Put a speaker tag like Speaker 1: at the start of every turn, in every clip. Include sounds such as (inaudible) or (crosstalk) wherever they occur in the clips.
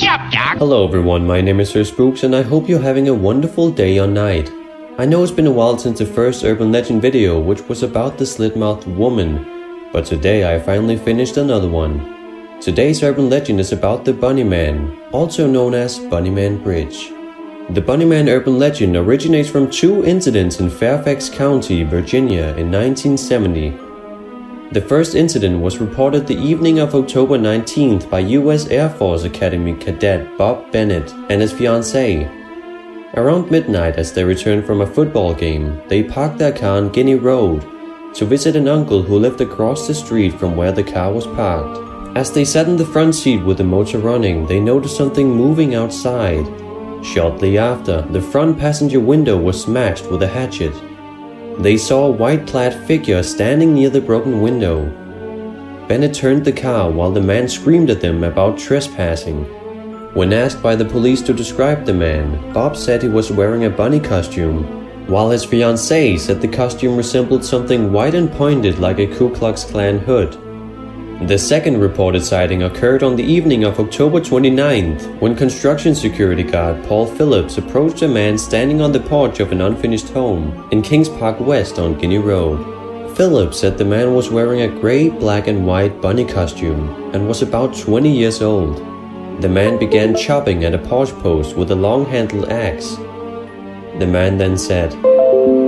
Speaker 1: Doc.
Speaker 2: Hello, everyone. My name is Sir Spooks, and I hope you're having a wonderful day or night. I know it's been a while since the first Urban Legend video, which was about the slit mouthed woman, but today I finally finished another one. Today's Urban Legend is about the Bunnyman, also known as Bunnyman Bridge. The Bunnyman urban legend originates from two incidents in Fairfax County, Virginia in 1970. The first incident was reported the evening of October 19th by U.S. Air Force Academy cadet Bob Bennett and his fiancée. Around midnight, as they returned from a football game, they parked their car on Guinea Road to visit an uncle who lived across the street from where the car was parked. As they sat in the front seat with the motor running, they noticed something moving outside. Shortly after, the front passenger window was smashed with a hatchet they saw a white clad figure standing near the broken window. Bennett turned the car while the man screamed at them about trespassing. When asked by the police to describe the man, Bob said he was wearing a bunny costume, while his fiancée said the costume resembled something white and pointed like a Ku Klux Klan hood. The second reported sighting occurred on the evening of October 29th when construction security guard Paul Phillips approached a man standing on the porch of an unfinished home in Kings Park West on Guinea Road. Phillips said the man was wearing a gray, black, and white bunny costume and was about 20 years old. The man began chopping at a porch post with a long handled axe. The man then said,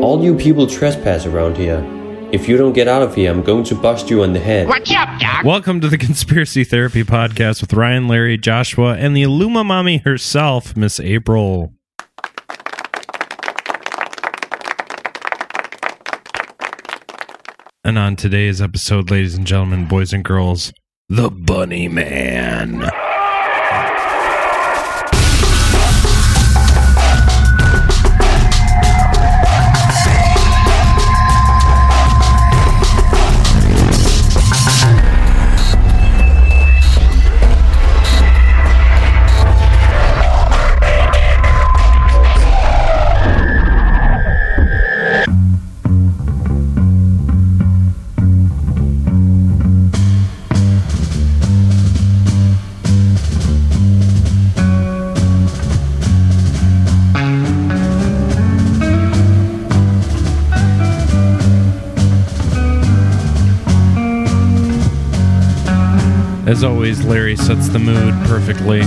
Speaker 2: All you people trespass around here. If you don't get out of here, I'm going to bust you on the head.
Speaker 1: What's up, Doc?
Speaker 3: Welcome to the Conspiracy Therapy Podcast with Ryan, Larry, Joshua, and the Illuma Mommy herself, Miss April. And on today's episode, ladies and gentlemen, boys and girls, the Bunny Man. As always, Larry sets the mood perfectly.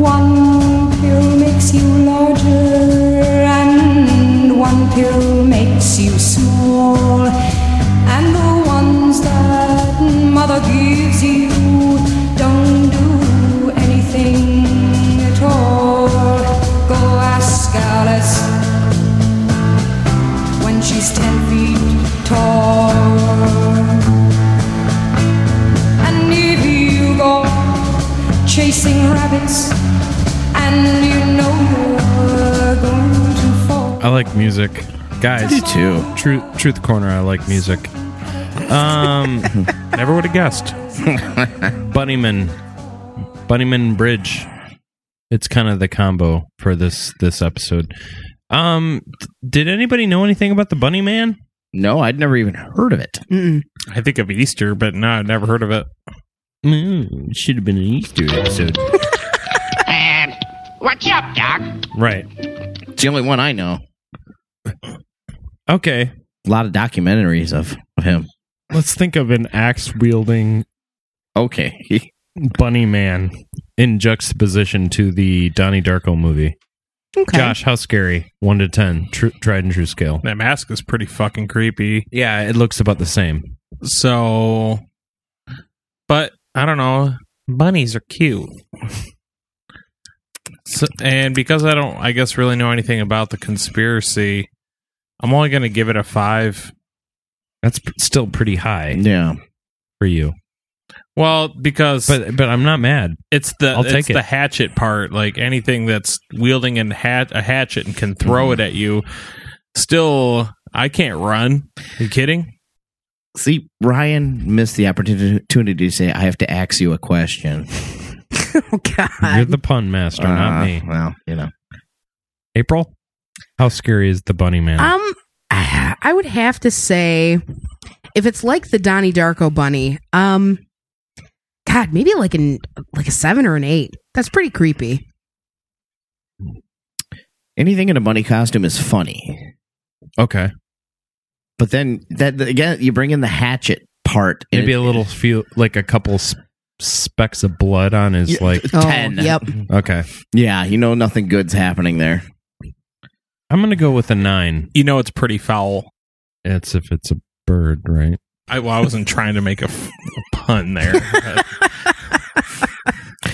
Speaker 4: One pill makes you larger, and one pill makes you small. And the ones that mother gives you don't do anything at all. Go ask Alice when she's ten feet tall. And if you go chasing rabbits, and you know you're going to fall.
Speaker 3: I like music. Guys,
Speaker 5: do too.
Speaker 3: Truth, truth corner. I like music. Um,
Speaker 5: (laughs)
Speaker 3: never would have guessed. Bunnyman, Bunnyman Bridge. It's kind of the combo for this this episode. Um, d- did anybody know anything about the Bunny Man?
Speaker 5: No, I'd never even heard of it.
Speaker 6: Mm.
Speaker 7: I think of Easter, but no, I've never heard of it.
Speaker 3: Mm, should have been an Easter episode,
Speaker 1: Uh, (laughs) what's up, Doc?
Speaker 3: right?
Speaker 5: It's the only one I know.
Speaker 3: Okay,
Speaker 5: A lot of documentaries of of him.
Speaker 3: let's think of an axe wielding
Speaker 5: Okay. (laughs)
Speaker 3: Bunny Man in juxtaposition to the Donnie Darko movie.
Speaker 6: Okay.
Speaker 3: Josh, how scary? One to ten, true, tried and true scale.
Speaker 7: That mask is pretty fucking creepy.
Speaker 3: Yeah, it looks about the same.
Speaker 7: So, but I don't know. Bunnies are cute. So, and because I don't, I guess, really know anything about the conspiracy, I'm only going to give it a five.
Speaker 3: That's p- still pretty high
Speaker 5: Yeah.
Speaker 3: for you,
Speaker 7: Well, because
Speaker 3: but but I'm not mad.
Speaker 7: it's the
Speaker 3: I'll
Speaker 7: it's
Speaker 3: take it.
Speaker 7: the hatchet part. Like anything that's wielding an hat, a hatchet and can throw it at you. Still, I can't run. you kidding?
Speaker 5: See, Ryan missed the opportunity to say, I have to ask you a question.
Speaker 6: Oh
Speaker 3: You're
Speaker 6: God.
Speaker 3: the pun master, not
Speaker 5: Uh,
Speaker 3: me.
Speaker 5: Well, you know.
Speaker 3: April, how scary is the bunny man?
Speaker 6: Um, I would have to say, if it's like the Donnie Darko bunny, um, God, maybe like an like a seven or an eight. That's pretty creepy.
Speaker 5: Anything in a bunny costume is funny,
Speaker 3: Okay.
Speaker 5: but then that that- again, you bring in the hatchet part. and
Speaker 3: Maybe
Speaker 5: it-
Speaker 3: a little feel like a couple s- specks of blood on his
Speaker 5: Yeah.
Speaker 3: like.
Speaker 6: Oh,
Speaker 5: Ten.
Speaker 6: yep.
Speaker 3: Okay.
Speaker 5: Yeah, you know nothing good's happening there.
Speaker 3: I'm gonna go with a nine.
Speaker 7: You know, it's pretty foul.
Speaker 3: It's if it's a bird, right?
Speaker 7: I, well, I wasn't trying to make a, f- a pun there. but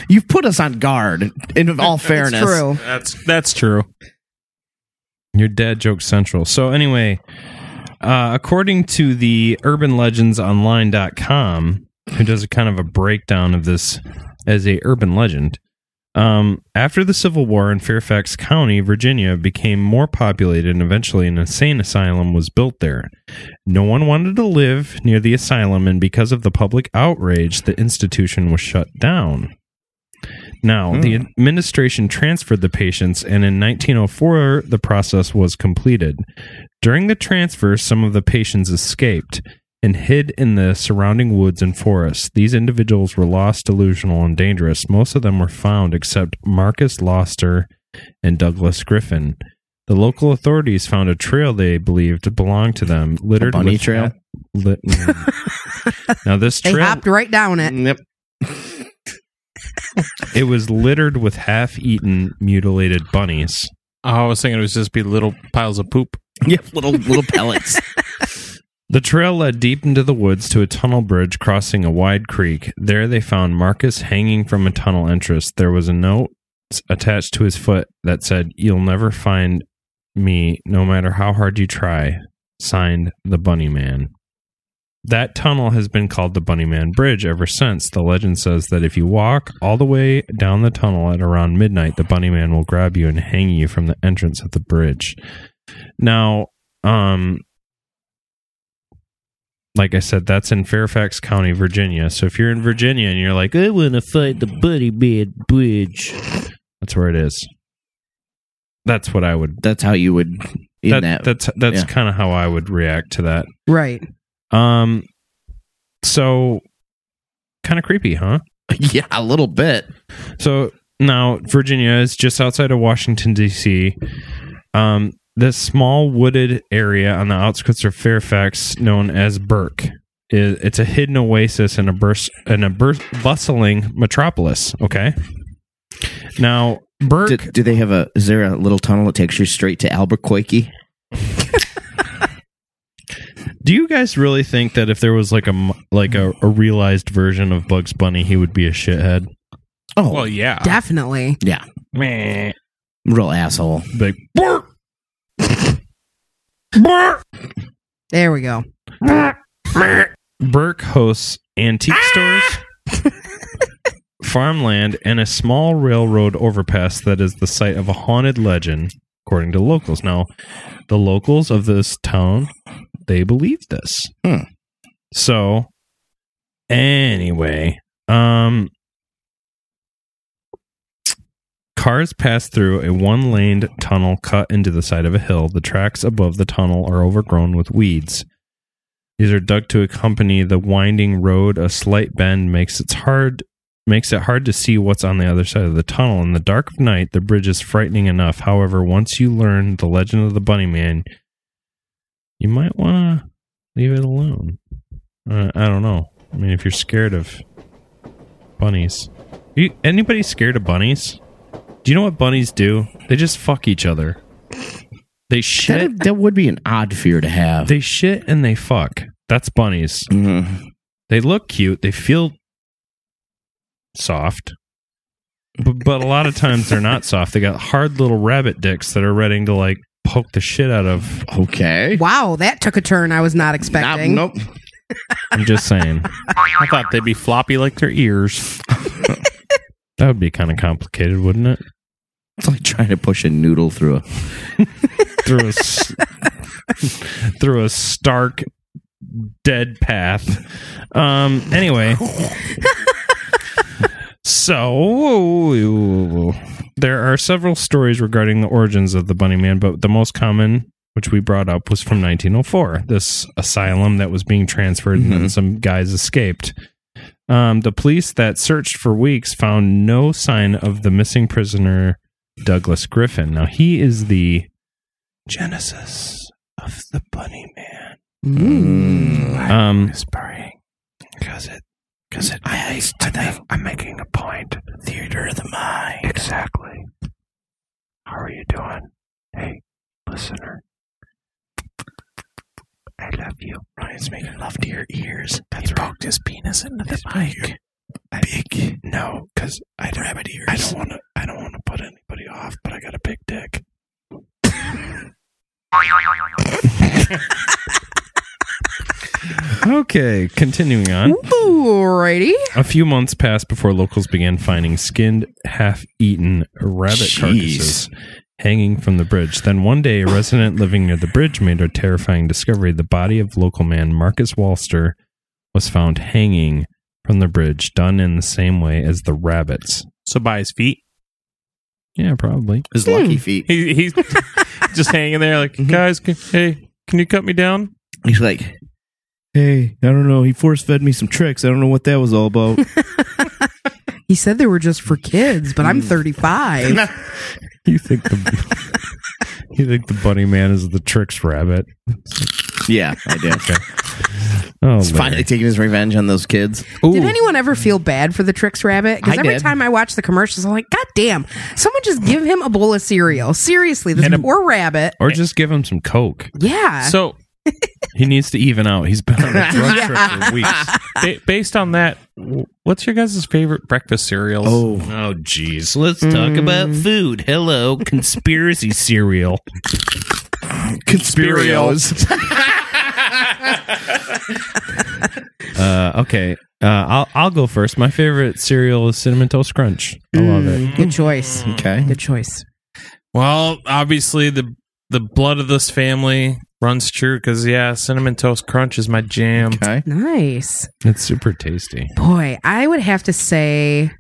Speaker 5: You've put us on guard. In (laughs) all fairness,
Speaker 6: It's true.
Speaker 7: that's that's true.
Speaker 3: Your dad joke central. So anyway, uh, according to the urbanlegendsonline.com, who does a kind of a breakdown of this as a urban legend. Um, after the Civil War in Fairfax County, Virginia became more populated and eventually an insane asylum was built there. No one wanted to live near the asylum, and because of the public outrage, the institution was shut down. Now,
Speaker 5: Hmm.
Speaker 3: the administration transferred the patients, and in 1904, the process was completed. During the transfer, some of the patients escaped and hid in the surrounding woods and forests. These individuals were lost, delusional, and dangerous. Most of them were found, except Marcus Loster and Douglas Griffin. The local authorities found a trail they believed belonged to them, littered
Speaker 5: bunny
Speaker 3: with
Speaker 5: trail?
Speaker 3: lit- (laughs)
Speaker 5: (laughs)
Speaker 3: now this
Speaker 6: They
Speaker 3: trail
Speaker 6: hopped right down it.
Speaker 5: Yep. (laughs)
Speaker 3: It was littered with half eaten, mutilated bunnies.
Speaker 7: Oh, I was thinking it was just be little piles of poop.
Speaker 5: Yep. Little little pellets.
Speaker 3: The trail led deep into the woods to a tunnel bridge crossing a wide creek. There they found Marcus hanging from a tunnel entrance. There was a note attached to his foot that said, You'll never find me, no matter how hard you try. Signed, The Bunny Man. That tunnel has been called the Bunny Man Bridge ever since. The legend says that if you walk all the way down the tunnel at around midnight, the Bunny Man will grab you and hang you from the entrance of the bridge. Now, um, like I said, that's in Fairfax County, Virginia. So if you're in Virginia and you're like, I want to fight (laughs) the Bunny Man Bridge, that's where it is. That's what I would.
Speaker 5: That's how you would in
Speaker 3: That,
Speaker 5: that.
Speaker 3: that's that's
Speaker 5: yeah.
Speaker 3: kind of how I would react to that.
Speaker 6: Right.
Speaker 3: Um, so kind of creepy, huh?
Speaker 5: (laughs) yeah, a little bit.
Speaker 3: So now Virginia is just outside of Washington D.C. Um, this small wooded area on the outskirts of Fairfax, known as Burke, is it's a hidden oasis in a burst in a bur- bustling metropolis. Okay, now Burke.
Speaker 5: Do, do they have a? Is there a little tunnel that takes you straight to Albuquerque?
Speaker 3: Do you guys really think that if there was like a m- like a, a realized version of Bugs Bunny, he would be a shithead?
Speaker 5: Oh,
Speaker 7: Well, yeah.
Speaker 6: Definitely.
Speaker 5: yeah,
Speaker 7: Meh.
Speaker 5: real asshole.
Speaker 3: Like, "Burke!"
Speaker 6: There we go.
Speaker 3: Burke hosts antique stores, farmland, and a small railroad overpass that is the site of a haunted legend, according to locals. Now, the locals of this town, they believe this.
Speaker 5: Hmm.
Speaker 3: So, anyway, um, Cars pass through a one laned tunnel cut into the side of a hill. The tracks above the tunnel are overgrown with weeds. These are dug to accompany the winding road. A slight bend makes it hard makes it hard to see what's on the other side of the tunnel. In the dark of night, the bridge is frightening enough. However, once you learn the legend of the bunny man, you might want to leave it alone. Uh, I don't know. I mean, if you're scared of bunnies, you, anybody scared of bunnies? Do you know what bunnies do? They just fuck each other. They shit.
Speaker 5: That, that would be an odd fear to have.
Speaker 3: They shit and they fuck. That's bunnies.
Speaker 5: Mhm.
Speaker 3: They look cute. They feel soft. But, but a lot of times they're not soft. They got hard little rabbit dicks that are ready to like poke the shit out of.
Speaker 5: Okay.
Speaker 6: Wow, that took a turn I was not
Speaker 5: Nah,
Speaker 6: expecting.
Speaker 5: nope.
Speaker 3: I'm just saying.
Speaker 7: I thought they'd be floppy like their ears.
Speaker 3: (laughs) That would be kind of complicated, wouldn't it?
Speaker 5: It's like trying to push a noodle through a.
Speaker 3: Through a s- through a stark dead path. Um anyway. So there are several stories regarding the origins of the Bunny Man, but the most common, which we brought up, was from 1904. This asylum that was being transferred, and then some guys escaped. Um, the police that searched for weeks found no sign of the missing prisoner, Douglas Griffin. Now, he is the genesis of the bunny man.
Speaker 5: Hmm.
Speaker 3: Um, whispering. Because it, because it, I, am making a point. Theater of the mind. Exactly. How are you doing? Hey, listener. I love you. Ryan's making love to your ears. That's he poked his penis into the mic. Big. No, because I don't rabbit ears. I don't want to. I don't want to put anybody off, but I got a big dick. okay, continuing on.
Speaker 6: Alrighty.
Speaker 3: A few months passed before locals began finding skinned, half eaten rabbit
Speaker 5: Jeez.
Speaker 3: carcasses hanging from the bridge. Then one day, a resident living near the bridge made a terrifying discovery. The body of local man Marcus Walster was found hanging from the bridge, done in the same way as the rabbits.
Speaker 7: So by his feet,
Speaker 3: Yeah, probably.
Speaker 5: His lucky feet.
Speaker 7: he, he's (laughs) just hanging there, like
Speaker 3: Mm-hmm.
Speaker 7: guys. Can, hey, can you cut me down?
Speaker 5: He's like, hey, I don't know. He force fed me some tricks. I don't know what that was all about.
Speaker 6: He said they were just for kids, but
Speaker 5: Hmm.
Speaker 6: I'm 35.
Speaker 3: You think the (laughs) you think the bunny man is the tricks rabbit?
Speaker 5: (laughs) yeah, I do.
Speaker 3: Oh,
Speaker 5: He's finally taking his revenge on those kids.
Speaker 6: Did anyone ever feel bad for the Tricks Rabbit? Because
Speaker 5: I
Speaker 6: every
Speaker 5: did.
Speaker 6: time I watch the commercials, I'm like, God damn, someone just give him a bowl of cereal. Seriously, this poor rabbit.
Speaker 3: or just give him some coke.
Speaker 6: Yeah.
Speaker 7: So
Speaker 3: He needs to even out. He's been on a drug
Speaker 5: (laughs)
Speaker 3: trip for weeks.
Speaker 7: ba- based on that, w- what's your guys' favorite breakfast cereals?
Speaker 5: oh, jeez. Let's talk about food.
Speaker 3: (laughs)
Speaker 5: Hello, conspiracy cereal. Conspirios.
Speaker 3: Uh, okay, uh, I'll I'll go first. My favorite cereal is cinnamon toast crunch. I love
Speaker 5: Mm.
Speaker 3: it.
Speaker 6: Good choice.
Speaker 5: (laughs) Okay.
Speaker 6: Good choice.
Speaker 7: Well, obviously the the blood of this family runs true because yeah, cinnamon toast crunch is my jam.
Speaker 5: Okay.
Speaker 6: Nice.
Speaker 3: It's super tasty.
Speaker 6: Boy, I would have to say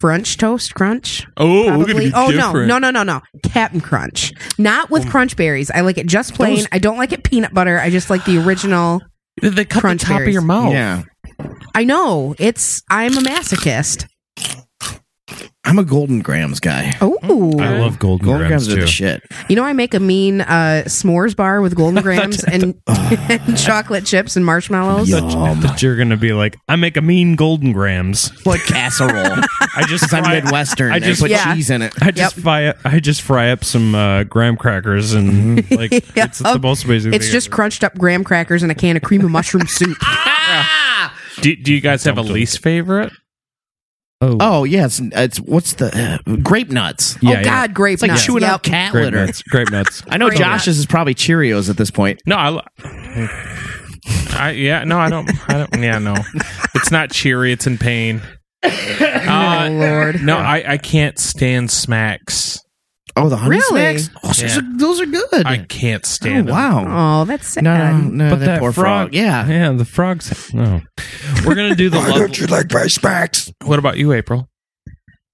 Speaker 6: French toast crunch.
Speaker 7: Oh, we're gonna
Speaker 6: Probably.
Speaker 7: be
Speaker 6: Oh
Speaker 7: different. Oh.
Speaker 6: no, no, no, no, no. Captain Crunch. Not with crunch berries. I like it just plain.
Speaker 7: Those-
Speaker 6: I don't like it peanut butter. I just like the original.
Speaker 7: They- They cut
Speaker 6: Crunch
Speaker 7: the top
Speaker 6: berries.
Speaker 7: of your mouth.
Speaker 5: Yeah.
Speaker 6: I know. It's I'm a masochist.
Speaker 5: I'm a Golden Grams guy.
Speaker 6: Oh.
Speaker 3: I love golden,
Speaker 5: Golden
Speaker 3: grams,
Speaker 5: Grams are the
Speaker 3: too.
Speaker 5: shit.
Speaker 6: You know I make a mean uh, s'mores bar
Speaker 3: (laughs)
Speaker 6: with golden grams and, and chocolate chips and marshmallows.
Speaker 5: Yum.
Speaker 3: That you're gonna be like, I make a mean golden grams.
Speaker 5: Like (laughs) casserole.
Speaker 3: I just
Speaker 5: Because I'm
Speaker 3: fry-
Speaker 5: Midwestern.
Speaker 3: I
Speaker 5: I
Speaker 3: just-
Speaker 5: just put
Speaker 6: Yeah.
Speaker 5: cheese in it.
Speaker 3: I just fry I just fry up some uh, graham crackers and
Speaker 5: Mm-hmm.
Speaker 3: like
Speaker 5: (laughs)
Speaker 6: Yeah. Oh,
Speaker 3: it's the most amazing.
Speaker 6: It's
Speaker 3: thing
Speaker 6: just
Speaker 3: ever.
Speaker 6: crunched up graham crackers and a can of cream
Speaker 3: (laughs)
Speaker 6: of mushroom soup.
Speaker 3: Ah!
Speaker 7: Do, do you guys have a least favorite?
Speaker 5: Oh yes, it's what's the uh, grape nuts?
Speaker 3: Yeah,
Speaker 6: oh
Speaker 3: yeah.
Speaker 6: God, grape
Speaker 5: It's like
Speaker 6: nuts.
Speaker 5: chewing
Speaker 6: Yep.
Speaker 5: out cat
Speaker 3: grape
Speaker 5: litter.
Speaker 3: nuts. Grape
Speaker 5: (laughs)
Speaker 3: nuts.
Speaker 5: I know
Speaker 6: Grape
Speaker 5: Josh's is probably Cheerios at this point.
Speaker 7: No, I, li- I yeah, no, I don't, I don't, yeah, no, it's not cheery. It's in pain. Uh,
Speaker 6: Oh Lord.
Speaker 7: no, I, I can't stand smacks.
Speaker 5: Oh, the honey
Speaker 6: Really?
Speaker 5: smacks. Oh, those,
Speaker 7: Yeah.
Speaker 5: are, those are good.
Speaker 7: I can't
Speaker 5: oh,
Speaker 7: stand. them.
Speaker 5: wow.
Speaker 6: Oh, that's sad.
Speaker 5: No, no, no,
Speaker 3: But
Speaker 5: that,
Speaker 3: that
Speaker 5: poor frog.
Speaker 3: frog-
Speaker 5: Yeah.
Speaker 3: Yeah, the frogs. No, we're gonna do the. Love-
Speaker 5: you like my smacks?
Speaker 7: What about you, April?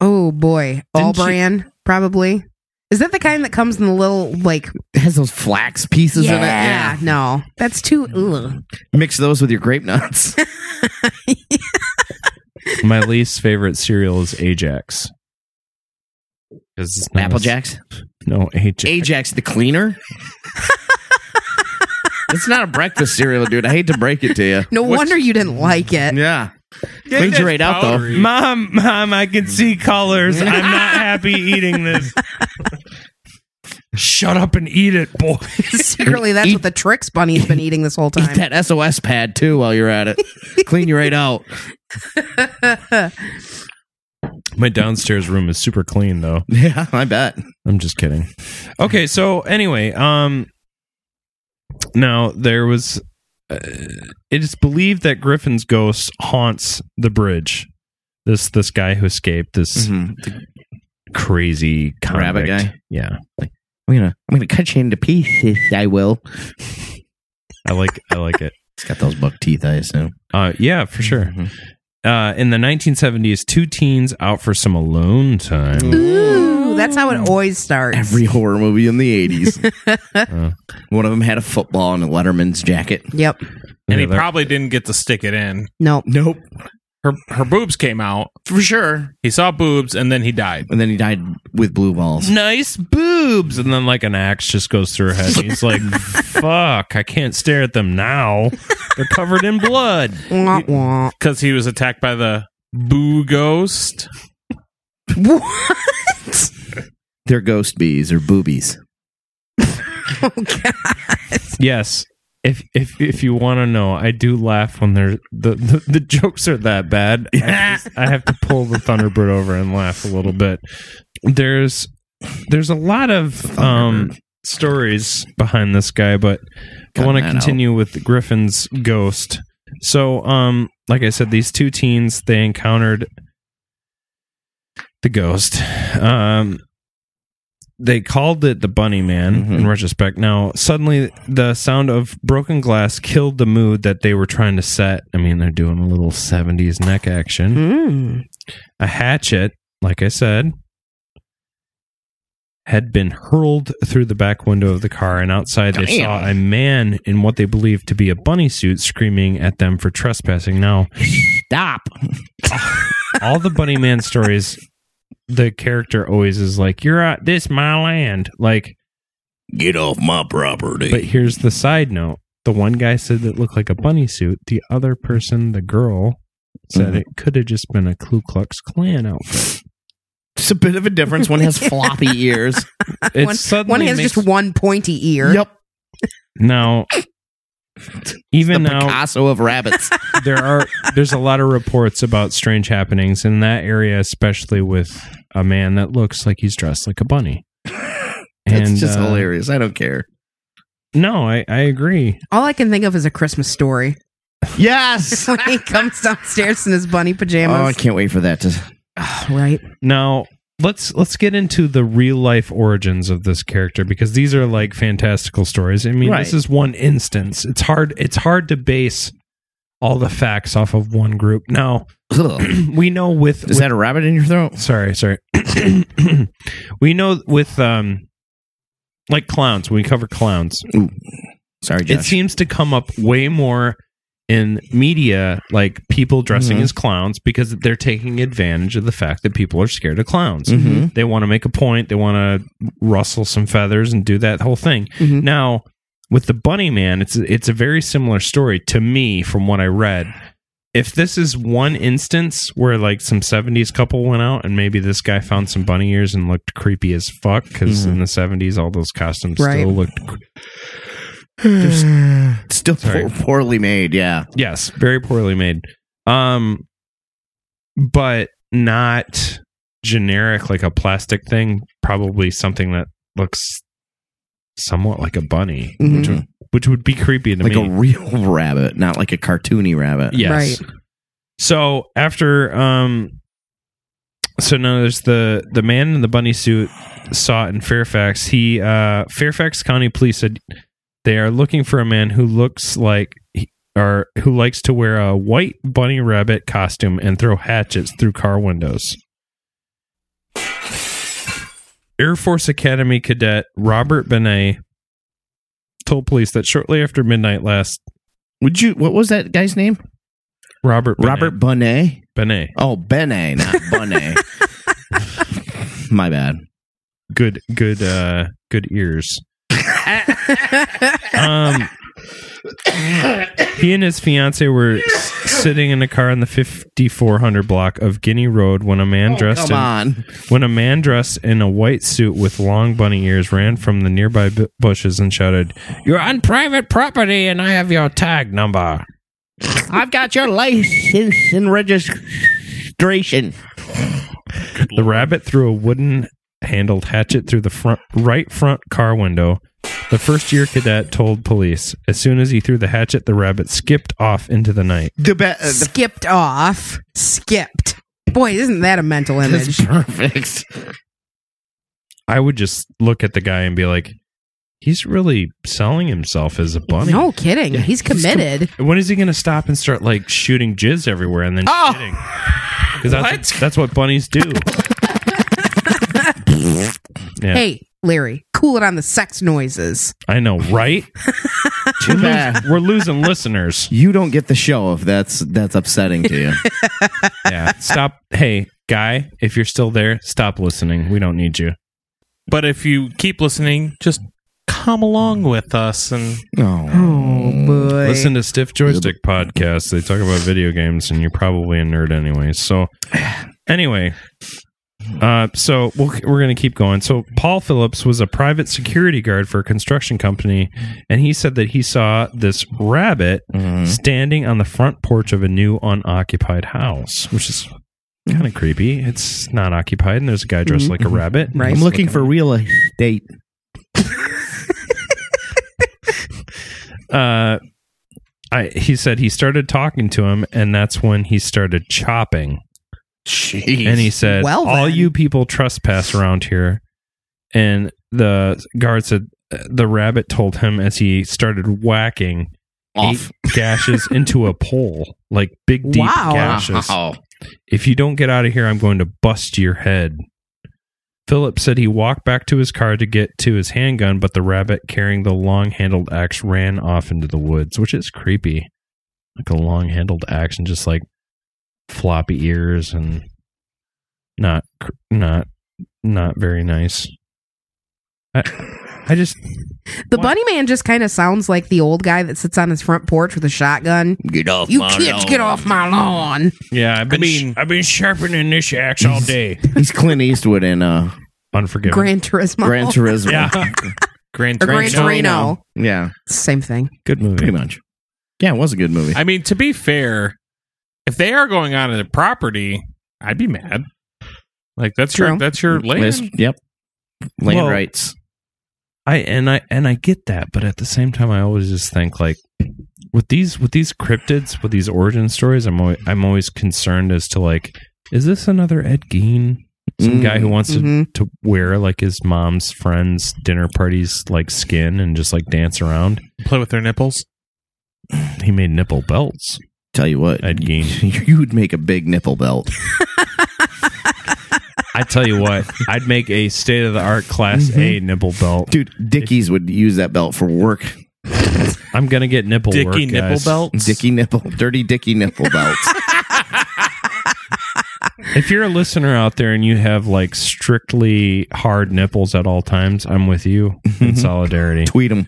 Speaker 6: Oh boy, all
Speaker 5: you-
Speaker 6: bran probably. Is that the kind that comes in the little like?
Speaker 5: It has those flax pieces in it.
Speaker 6: yeah, no, that's too. Ugh.
Speaker 5: Mix those with your grape nuts.
Speaker 3: my least favorite cereal is Ajax. Because it's not a-
Speaker 5: Apple Jacks.
Speaker 3: No, Ajax.
Speaker 5: Ajax the cleaner. it's not a breakfast cereal, dude. I hate to break it to you.
Speaker 6: No wonder you didn't like
Speaker 3: (laughs)
Speaker 6: it.
Speaker 5: Yeah. Cleans you right out though.
Speaker 3: Mom, mom, I can see colors. I'm not happy eating this. (laughs) Shut up and eat it, boy.
Speaker 6: Secretly, that's
Speaker 5: Eat-
Speaker 6: what the Trix Bunny's been eating this whole
Speaker 5: (laughs) Eat
Speaker 6: time.
Speaker 5: that SOS pad too while you're (laughs) at it. Clean you right out.
Speaker 3: My downstairs room is super clean though.
Speaker 5: Yeah, I bet.
Speaker 3: I'm just kidding. Okay, so anyway, um now there was uh, it is believed that Griffin's ghost haunts the bridge. This this guy who escaped this
Speaker 5: Mm-hmm.
Speaker 3: crazy
Speaker 5: Rabbit
Speaker 3: convict.
Speaker 5: guy?
Speaker 3: Yeah.
Speaker 5: I'm gonna I'm gonna cut you into pieces. I will.
Speaker 3: I like I like it.
Speaker 5: It's got those buck teeth, I assume.
Speaker 3: Uh, yeah, for sure.
Speaker 5: Mhm.
Speaker 3: Uh, in the 1970s, two teens out for some alone time
Speaker 6: Ooh, That's how it always starts.
Speaker 5: Mm. Every horror movie in the (laughs) 80s. Uh. One of them had a football in a Letterman's jacket.
Speaker 6: yep.
Speaker 3: and he
Speaker 7: Yeah, that-
Speaker 3: probably didn't get to stick it in.
Speaker 6: Nope.
Speaker 5: Nope.
Speaker 3: Her her boobs came out.
Speaker 5: For sure.
Speaker 3: He saw boobs and then he died.
Speaker 5: And then he died with blue balls.
Speaker 7: nice boobs and then like an axe just goes through her head and he's like fuck i can't stare at them now they're covered in blood
Speaker 6: Wah,
Speaker 5: (laughs)
Speaker 6: wah.
Speaker 3: Because he was attacked by the boo ghost.
Speaker 6: What?
Speaker 5: They're ghost bees or boobies.
Speaker 6: Oh, God.
Speaker 7: (laughs) yes if if if you want to know i do laugh when they're the the, the jokes are that bad I, just- I have to pull the thunderbird over and laugh a little bit there's there's a lot of um stories behind this guy but I
Speaker 5: Cut
Speaker 7: want to
Speaker 5: that out.
Speaker 7: continue with Griffin's ghost. So, um, like I said, these two teens they encountered the ghost. Um, they called it the Bunny Man in
Speaker 5: Mhm.
Speaker 7: retrospect. Now, suddenly, the sound of broken glass killed the mood that they were trying to set. I mean, they're doing a little '70s neck action
Speaker 5: Hmm.
Speaker 6: Mm.
Speaker 7: a hatchet, like I said, had been hurled through the back window of the car, and outside they
Speaker 5: Damn.
Speaker 7: saw a man in what they believed to be a bunny suit screaming at them for trespassing. Now,
Speaker 5: Stop.
Speaker 7: (laughs) all the bunny man stories, the character always is like, You're out, this my land. Like,
Speaker 5: Get off my property.
Speaker 7: but here's the side note the one guy said it looked like a bunny suit, the other person, the girl, said
Speaker 5: Mhm.
Speaker 7: it could have just been a Ku Klux
Speaker 5: (laughs)
Speaker 7: Klan outfit.
Speaker 5: it's a bit of a difference. One (laughs) has floppy ears.
Speaker 7: It
Speaker 6: One,
Speaker 7: suddenly
Speaker 6: one has
Speaker 7: makes-
Speaker 6: just one pointy ear.
Speaker 5: (laughs)
Speaker 7: Now, even
Speaker 5: the
Speaker 7: now,
Speaker 5: Picasso of (laughs) rabbits.
Speaker 7: there are there's a lot of reports about strange happenings in that area, especially with a man that looks like he's dressed like a bunny.
Speaker 5: (laughs) That's just
Speaker 7: uh,
Speaker 5: hilarious. I don't care.
Speaker 7: No, I, I agree.
Speaker 6: All I can think of is a Christmas story. (laughs)
Speaker 5: Yes.
Speaker 6: when
Speaker 5: (laughs)
Speaker 6: he comes downstairs in his bunny
Speaker 5: Oh, I
Speaker 6: pajamas.
Speaker 5: can't wait for that to. (clears throat)
Speaker 6: right.
Speaker 7: Now let's let's get into the real life origins of this character because these are like fantastical stories. I mean,
Speaker 5: Right.
Speaker 7: this is one instance. It's hard it's hard to base all the facts off of one group. Now (clears throat)
Speaker 5: Ugh.
Speaker 7: we know with
Speaker 5: Is that a rabbit in your throat?
Speaker 7: sorry sorry (clears throat) we know with um like clowns when we cover clowns
Speaker 5: Sorry,
Speaker 7: it
Speaker 5: Josh.
Speaker 7: seems to come up way more in media like people dressing
Speaker 5: Mhm.
Speaker 7: as clowns because they're taking advantage of the fact that people are scared of clowns
Speaker 5: Mhm.
Speaker 7: they want to make a point they want to rustle some feathers and do that whole thing
Speaker 6: Mhm.
Speaker 7: now with the bunny man it's it's a very similar story to me from what i read if this is one instance where like some 70s couple went out and maybe this guy found some bunny ears and looked creepy as fuck because in the 70s all those costumes
Speaker 6: Right.
Speaker 7: still looked cre-
Speaker 5: Still
Speaker 7: Sorry.
Speaker 5: poor, poorly made. Yeah.
Speaker 7: yes very poorly made um but not generic like a plastic thing probably something that looks somewhat like a bunny
Speaker 6: Mm-hmm.
Speaker 7: which, would, which would be creepy
Speaker 5: Mm.
Speaker 7: to
Speaker 5: Like
Speaker 7: me
Speaker 5: a real (laughs) rabbit, not like a cartoony rabbit.
Speaker 7: Yes.
Speaker 6: Right.
Speaker 7: So after um so now there's the the man in the bunny suit saw it in Fairfax. He uh Fairfax County police said they are looking for a man who looks like or who likes to wear a white bunny rabbit costume and throw hatchets through car windows. Air Force Academy cadet Robert Benet told police that shortly after midnight last
Speaker 5: Would you? What was that guy's name?
Speaker 7: Robert Benet-
Speaker 5: Robert Bonet.
Speaker 7: Benet
Speaker 5: Oh, Benet, not Bonet. (laughs) My bad.
Speaker 7: good good uh good ears um he and his fiance were s- sitting in a car on the 5400 block of guinea road when a man dressed
Speaker 5: Oh, Come
Speaker 7: in
Speaker 5: on.
Speaker 7: when a man dressed in a white suit with long bunny ears ran from the nearby bu- bushes and shouted you're on private property and i have your tag number
Speaker 5: I've got your license and registration.
Speaker 7: The rabbit threw a wooden handled hatchet through the front right front car window. The first year cadet told police. As soon as he threw the hatchet, the rabbit skipped off into the night.
Speaker 5: The best. the
Speaker 6: Skipped off. Skipped. Boy, isn't that a mental
Speaker 5: that's
Speaker 6: (laughs) image?
Speaker 5: perfect.
Speaker 7: I would just look at the guy and be like, he's really selling himself as a bunny.
Speaker 6: No kidding. He's committed.
Speaker 7: When is he going to stop and start like shooting jizz everywhere and then shitting? Because that's, that's what bunnies do. Yeah.
Speaker 6: Hey, Larry, cool it on the sex noises.
Speaker 7: I know, right?
Speaker 5: Too bad
Speaker 7: We're losing listeners.
Speaker 5: (laughs) you don't get the show if that's that's upsetting to you.
Speaker 7: Yeah. Stop. Hey, guy, if you're still there, stop listening. We don't need you.
Speaker 3: But if you keep listening, just come along with us and
Speaker 5: oh,
Speaker 6: boy.
Speaker 7: Listen to Stiff Joystick podcast. They talk about video games, and you're probably a nerd anyway. So, anyway, uh, so we'll, we're going to keep going. So, Paul Phillips was a private security guard for a construction company, and he said that he saw this rabbit
Speaker 3: Mm.
Speaker 6: Hmm?
Speaker 7: standing on the front porch of a new unoccupied house, which is kind of creepy. It's not occupied, and there's a guy dressed like a rabbit.
Speaker 6: Right.
Speaker 5: I'm looking for real estate.
Speaker 7: uh, I he said he started talking to him, and that's when he started chopping.
Speaker 5: Jeez.
Speaker 7: and he said,
Speaker 6: Well,
Speaker 7: "All
Speaker 6: then."
Speaker 7: you people trespass around here." And the guard said uh, the rabbit told him as he started whacking
Speaker 5: off.
Speaker 7: eight gashes (laughs) into a pole, like big deep
Speaker 6: Wow.
Speaker 7: gashes.
Speaker 5: Wow.
Speaker 7: If you don't get out of here, I'm going to bust your head. Philip said he walked back to his car to get to his handgun, but the rabbit carrying the long handled axe ran off into the woods, which is creepy. Like a long handled axe and just like floppy ears and not, cr- not, not very nice. I, I just,
Speaker 6: the bunny man just kind of sounds like the old guy that sits on his front porch with a shotgun.
Speaker 5: Get off
Speaker 6: You
Speaker 5: my
Speaker 6: kids,
Speaker 5: lawn.
Speaker 6: get off my lawn.
Speaker 7: yeah, I've been,
Speaker 3: mean-
Speaker 7: I've been sharpening this axe (laughs) all day.
Speaker 5: He's Clint Eastwood in (laughs) uh,
Speaker 7: Unforgiving.
Speaker 6: Gran Turismo.
Speaker 5: Gran Turismo.
Speaker 7: yeah.
Speaker 3: Grand
Speaker 6: or Gran
Speaker 3: Torino.
Speaker 6: Torino.
Speaker 5: Yeah,
Speaker 6: Same thing.
Speaker 7: Good movie.
Speaker 5: pretty much. Yeah, it was a good movie.
Speaker 3: I mean, to be fair, if they are going on to the property, I'd be mad. Like that's your
Speaker 6: True.
Speaker 3: that's your land.
Speaker 5: List- Yep. Land
Speaker 7: Well-
Speaker 5: rights.
Speaker 7: I and I and I get that, but at the same time, I always just think like with these with these cryptids with these origin stories, I'm always, I'm always concerned as to like, is this another Ed Gein, some
Speaker 5: Mm,
Speaker 7: guy who wants
Speaker 6: mhm.
Speaker 7: to to wear like his mom's friend's dinner parties like skin and just like dance around?
Speaker 3: Play with their nipples.
Speaker 7: He made nipple belts,
Speaker 5: Tell you what,
Speaker 7: Ed
Speaker 5: (laughs)
Speaker 7: Gein.
Speaker 5: you would make a big nipple belt.
Speaker 7: I tell you what,
Speaker 3: (laughs)
Speaker 7: I'd make a state of the art class
Speaker 3: Mm-hmm.
Speaker 7: A nipple belt.
Speaker 5: Dude, Dickies would use that belt for work.
Speaker 7: I'm gonna get nipple
Speaker 3: Dicky
Speaker 7: work,
Speaker 3: nipple
Speaker 7: guys.
Speaker 3: belts.
Speaker 5: Dicky nipple, dirty dicky nipple (laughs) belts.
Speaker 7: If you're a listener out there and you have like strictly hard nipples at all times, I'm with you in solidarity.
Speaker 5: Tweet them.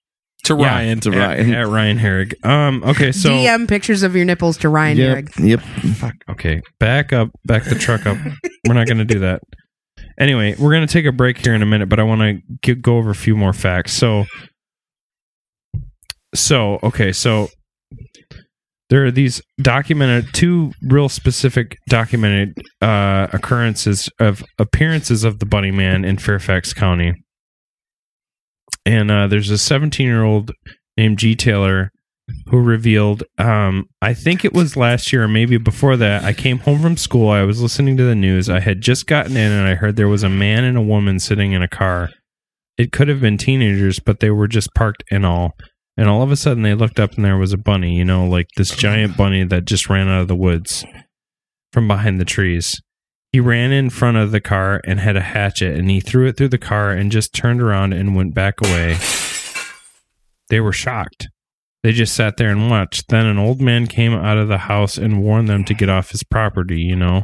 Speaker 3: (laughs) to
Speaker 7: Yeah,
Speaker 3: Ryan.
Speaker 5: to
Speaker 3: Yeah.
Speaker 5: Ryan.
Speaker 7: At, at Ryan Herrig. Um, okay, so
Speaker 6: DM pictures of your nipples to Ryan
Speaker 5: Yep.
Speaker 6: Drake.
Speaker 5: Yep.
Speaker 7: okay, back up, back the truck up. we're not going to do that. Anyway, we're going to take a break here in a minute, but I want to go over a few more facts. So, so okay, so there are these documented two real specific documented uh, occurrences of appearances of the bunny man in Fairfax County, and uh, there's a 17 year old named G Taylor who revealed um I think it was last year or maybe before that I came home from school I was listening to the news I had just gotten in and I heard there was a man and a woman sitting in a car it could have been teenagers but they were just parked and all and all of a sudden they looked up and there was a bunny you know like this giant bunny that just ran out of the woods from behind the trees he ran in front of the car and had a hatchet and he threw it through the car and just turned around and went back away they were shocked they just sat there and watched. Then an old man came out of the house and warned them to get off his property, you know.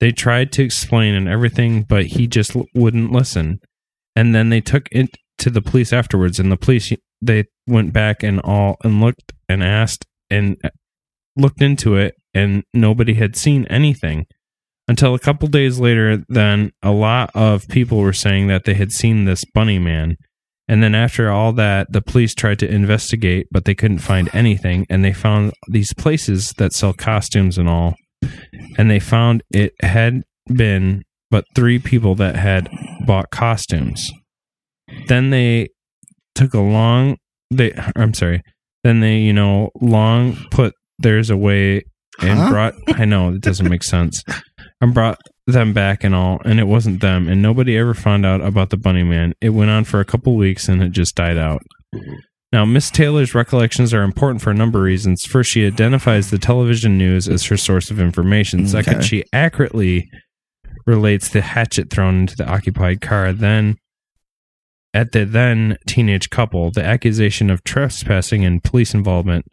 Speaker 7: They tried to explain and everything, but he just l- wouldn't listen. And then they took it to the police afterwards, and the police they went back and all and looked and asked and uh, looked into it, and nobody had seen anything. Until a couple days later, then a lot of people were saying that they had seen this bunny man. And then after all that, the police tried to investigate, but they couldn't find anything. And they found these places that sell costumes and all. And they found it had been but three people that had bought costumes. Then they took a long they I'm sorry. Then they, you know, long put theirs away and
Speaker 5: Huh?
Speaker 7: brought I know it doesn't make sense. And brought them back and all, and it wasn't them, and nobody ever found out about the bunny man. It went on for a couple weeks and it just died out. Now, Miss Taylor's recollections are important for a number of reasons. First, she identifies the television news as her source of information. Second,
Speaker 5: Okay.
Speaker 7: she accurately relates the hatchet thrown into the occupied car. Then, at the then teenage couple, the accusation of trespassing and police involvement.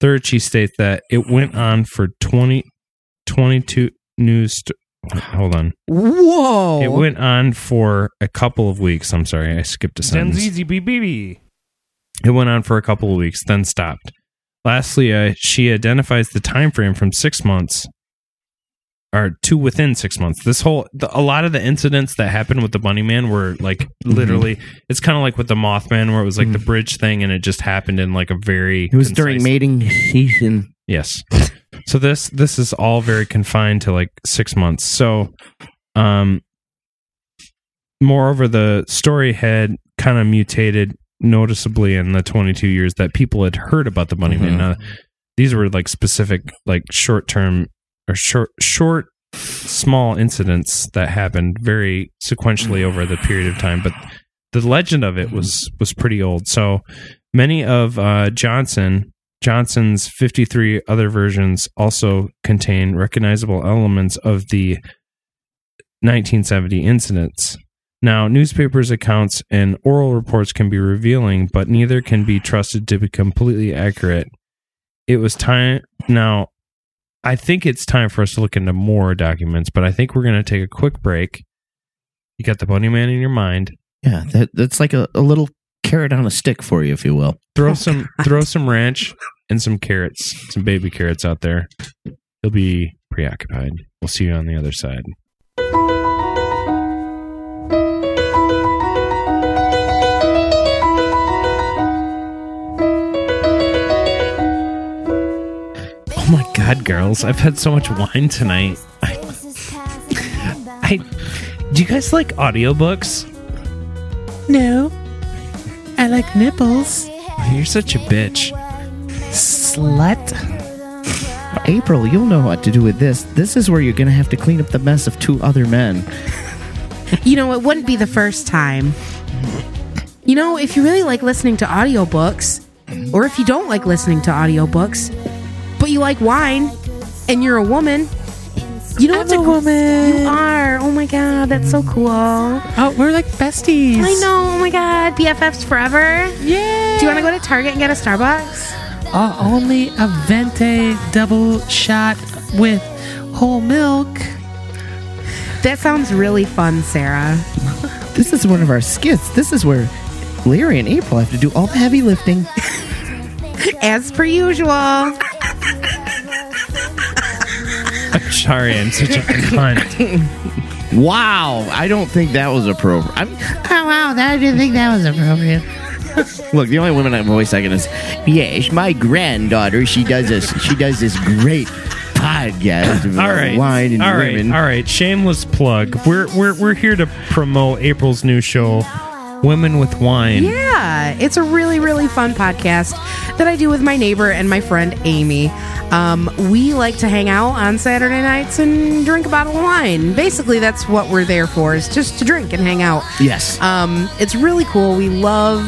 Speaker 7: Third, she states that it went on for 20, 22 news. St- hold on.
Speaker 6: Whoa.
Speaker 7: It went on for a couple of weeks. I'm sorry, I skipped a sentence. It went on for a couple of weeks, then stopped. Lastly, uh, she identifies the time frame from six months or to within six months. This whole the, a lot of the incidents that happened with the Bunny Man were like
Speaker 5: Mm-hmm.
Speaker 7: literally. It's kind of like with the Mothman, where it was like the bridge thing, and it just happened in like a very.
Speaker 5: It was during
Speaker 7: concise-
Speaker 5: mating season.
Speaker 7: Yes. So this this is all very confined to like six months. So, um, moreover, the story had kind of mutated noticeably in the 22 years that people had heard about the bunny man. Now, these were like specific, like short term or short short small incidents that happened very sequentially over the period of time, but the legend of it was was pretty old. So many of uh, Johnson Johnson's 53 other versions also contain recognizable elements of the 1970 incidents. Now, newspapers' accounts and oral reports can be revealing, but neither can be trusted to be completely accurate. It was time. Now, I think it's time for us to look into more documents, but I think we're going to take a quick break. You got the bunny man in your mind.
Speaker 5: Yeah, that that's like a, a little carrot on a stick for you, if you will.
Speaker 7: Throw some throw some ranch and some carrots, some baby carrots out there. He'll be preoccupied. We'll see you on the other side. Oh my god, girls, I've had so much wine tonight. I, I do you guys like audiobooks? No. I like nipples. Oh, You're such a bitch. Slut.
Speaker 5: April, you'll know what to do with this. This is where you're going to have to clean up the mess of two other men.
Speaker 6: You know, it wouldn't be the first time. You know, if you really like listening to audiobooks, or if you don't like listening to audiobooks, but you like wine and you're a woman, you know what's a woman. You are. Oh my god, that's so cool. I
Speaker 8: Oh, we're like besties.
Speaker 6: know. Oh my god, BFFs forever.
Speaker 8: Yeah.
Speaker 6: Do you want to go to Target and get a Starbucks?
Speaker 8: Uh, only a vente double shot with whole milk.
Speaker 6: That sounds really fun, Sarah.
Speaker 5: This is one of our skits. This is where Larry and April have to do all the heavy lifting.
Speaker 6: As per usual.
Speaker 7: I'm sorry, I'm such a cunt.
Speaker 5: Wow, I don't think that was appropriate. I'm, oh wow, that, I didn't think that was appropriate. (laughs) Look, the only women I voice I can is, yes, my granddaughter. She does this. She does this great (coughs) podcast. about
Speaker 7: All right,
Speaker 5: wine and
Speaker 7: all right,
Speaker 5: women.
Speaker 7: all right. Shameless plug. We're we're we're here to promote April's new show, Women with Wine.
Speaker 6: Yeah, it's a really, really fun podcast that I do with my neighbor and my friend Amy. Um, we like to hang out on Saturday nights and drink a bottle of wine. Basically, that's what we're there for, is just to drink and hang out.
Speaker 5: Yes.
Speaker 6: Um, it's really cool. We love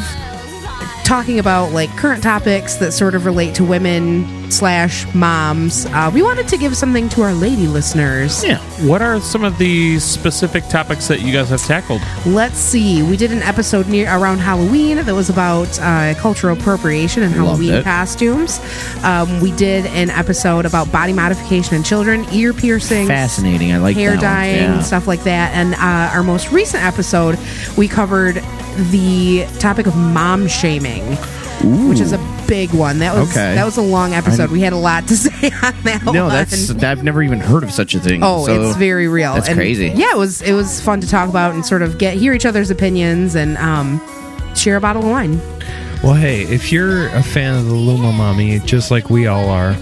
Speaker 6: talking about like current topics that sort of relate to women slash moms. Uh, we wanted to give something to our lady listeners.
Speaker 3: What are some of the specific topics that you guys have tackled?
Speaker 6: Let's see. We did an episode near around Halloween that was about uh, cultural appropriation and
Speaker 5: Loved
Speaker 6: Halloween
Speaker 5: it.
Speaker 6: costumes. Um, we did an episode about body modification in children, ear piercings,
Speaker 5: Fascinating. I like
Speaker 6: hair
Speaker 5: that one.
Speaker 6: dyeing,
Speaker 5: Yeah.
Speaker 6: stuff like that. And uh, our most recent episode, we covered the topic of mom shaming, which is a big one. That was
Speaker 5: Okay.
Speaker 6: that was a long episode. we had a lot to (laughs) say on that.
Speaker 5: No,
Speaker 6: one.
Speaker 5: that's I've never even heard of such a thing.
Speaker 6: Oh,
Speaker 5: so-
Speaker 6: it's very real.
Speaker 5: that's
Speaker 6: And,
Speaker 5: crazy.
Speaker 6: Yeah, it was it was fun to talk about and sort of get hear each other's opinions and um, share a bottle of wine.
Speaker 7: Well, hey, if you're a fan of the Luma Mommy, just like we all are,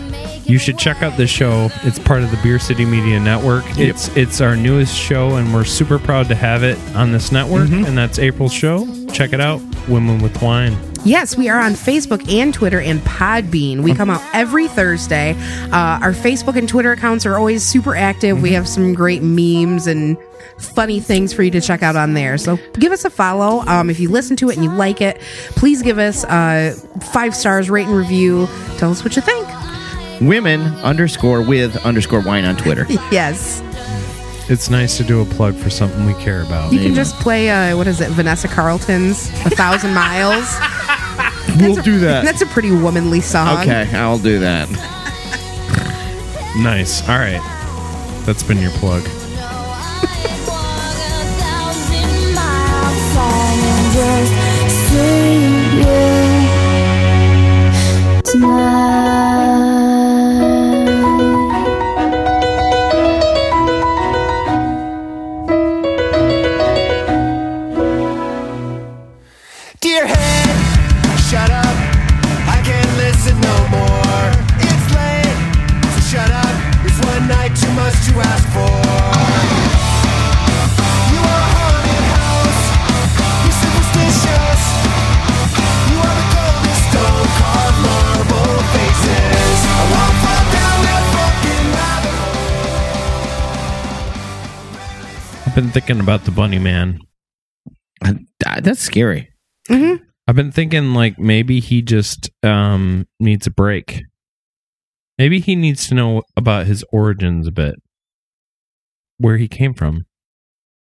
Speaker 7: you should check out the show. It's part of the Beer City Media Network. It's it's our newest show, and we're super proud to have it on this network.
Speaker 3: Mm-hmm.
Speaker 7: And that's April's show. Check it out, Women with Wine.
Speaker 6: Yes, we are on Facebook and Twitter and Podbean. We come out every Thursday. Uh, our Facebook and Twitter accounts are always super active.
Speaker 5: Mm-hmm.
Speaker 6: We have some great memes and funny things for you to check out on there. So give us a follow. Um, if you listen to it and you like it, please give us uh, five stars, rate and review. Tell us what you think. (laughs)
Speaker 5: (laughs) Women underscore with underscore wine on Twitter.
Speaker 6: Yes.
Speaker 3: It's nice to do a plug for something we care about.
Speaker 6: You can just play, uh, what is it, Vanessa Carlton's A Thousand Miles.
Speaker 3: We'll do that.
Speaker 6: That's a pretty womanly song.
Speaker 5: Okay, I'll do that.
Speaker 3: Nice. All right. That's been your plug.
Speaker 9: Dear head, shut up. I can't listen no more. It's late, so shut up. It's one night too much to ask for. You are a haunted house. You're superstitious. You are the golden stone carved marble faces. I won't fall down that fucking rabbit hole.
Speaker 3: I've been thinking about the bunny man.
Speaker 5: Uh, That's scary.
Speaker 3: I've been thinking like maybe he just um needs a break. Maybe he needs to know about his origins a bit. Where he came from.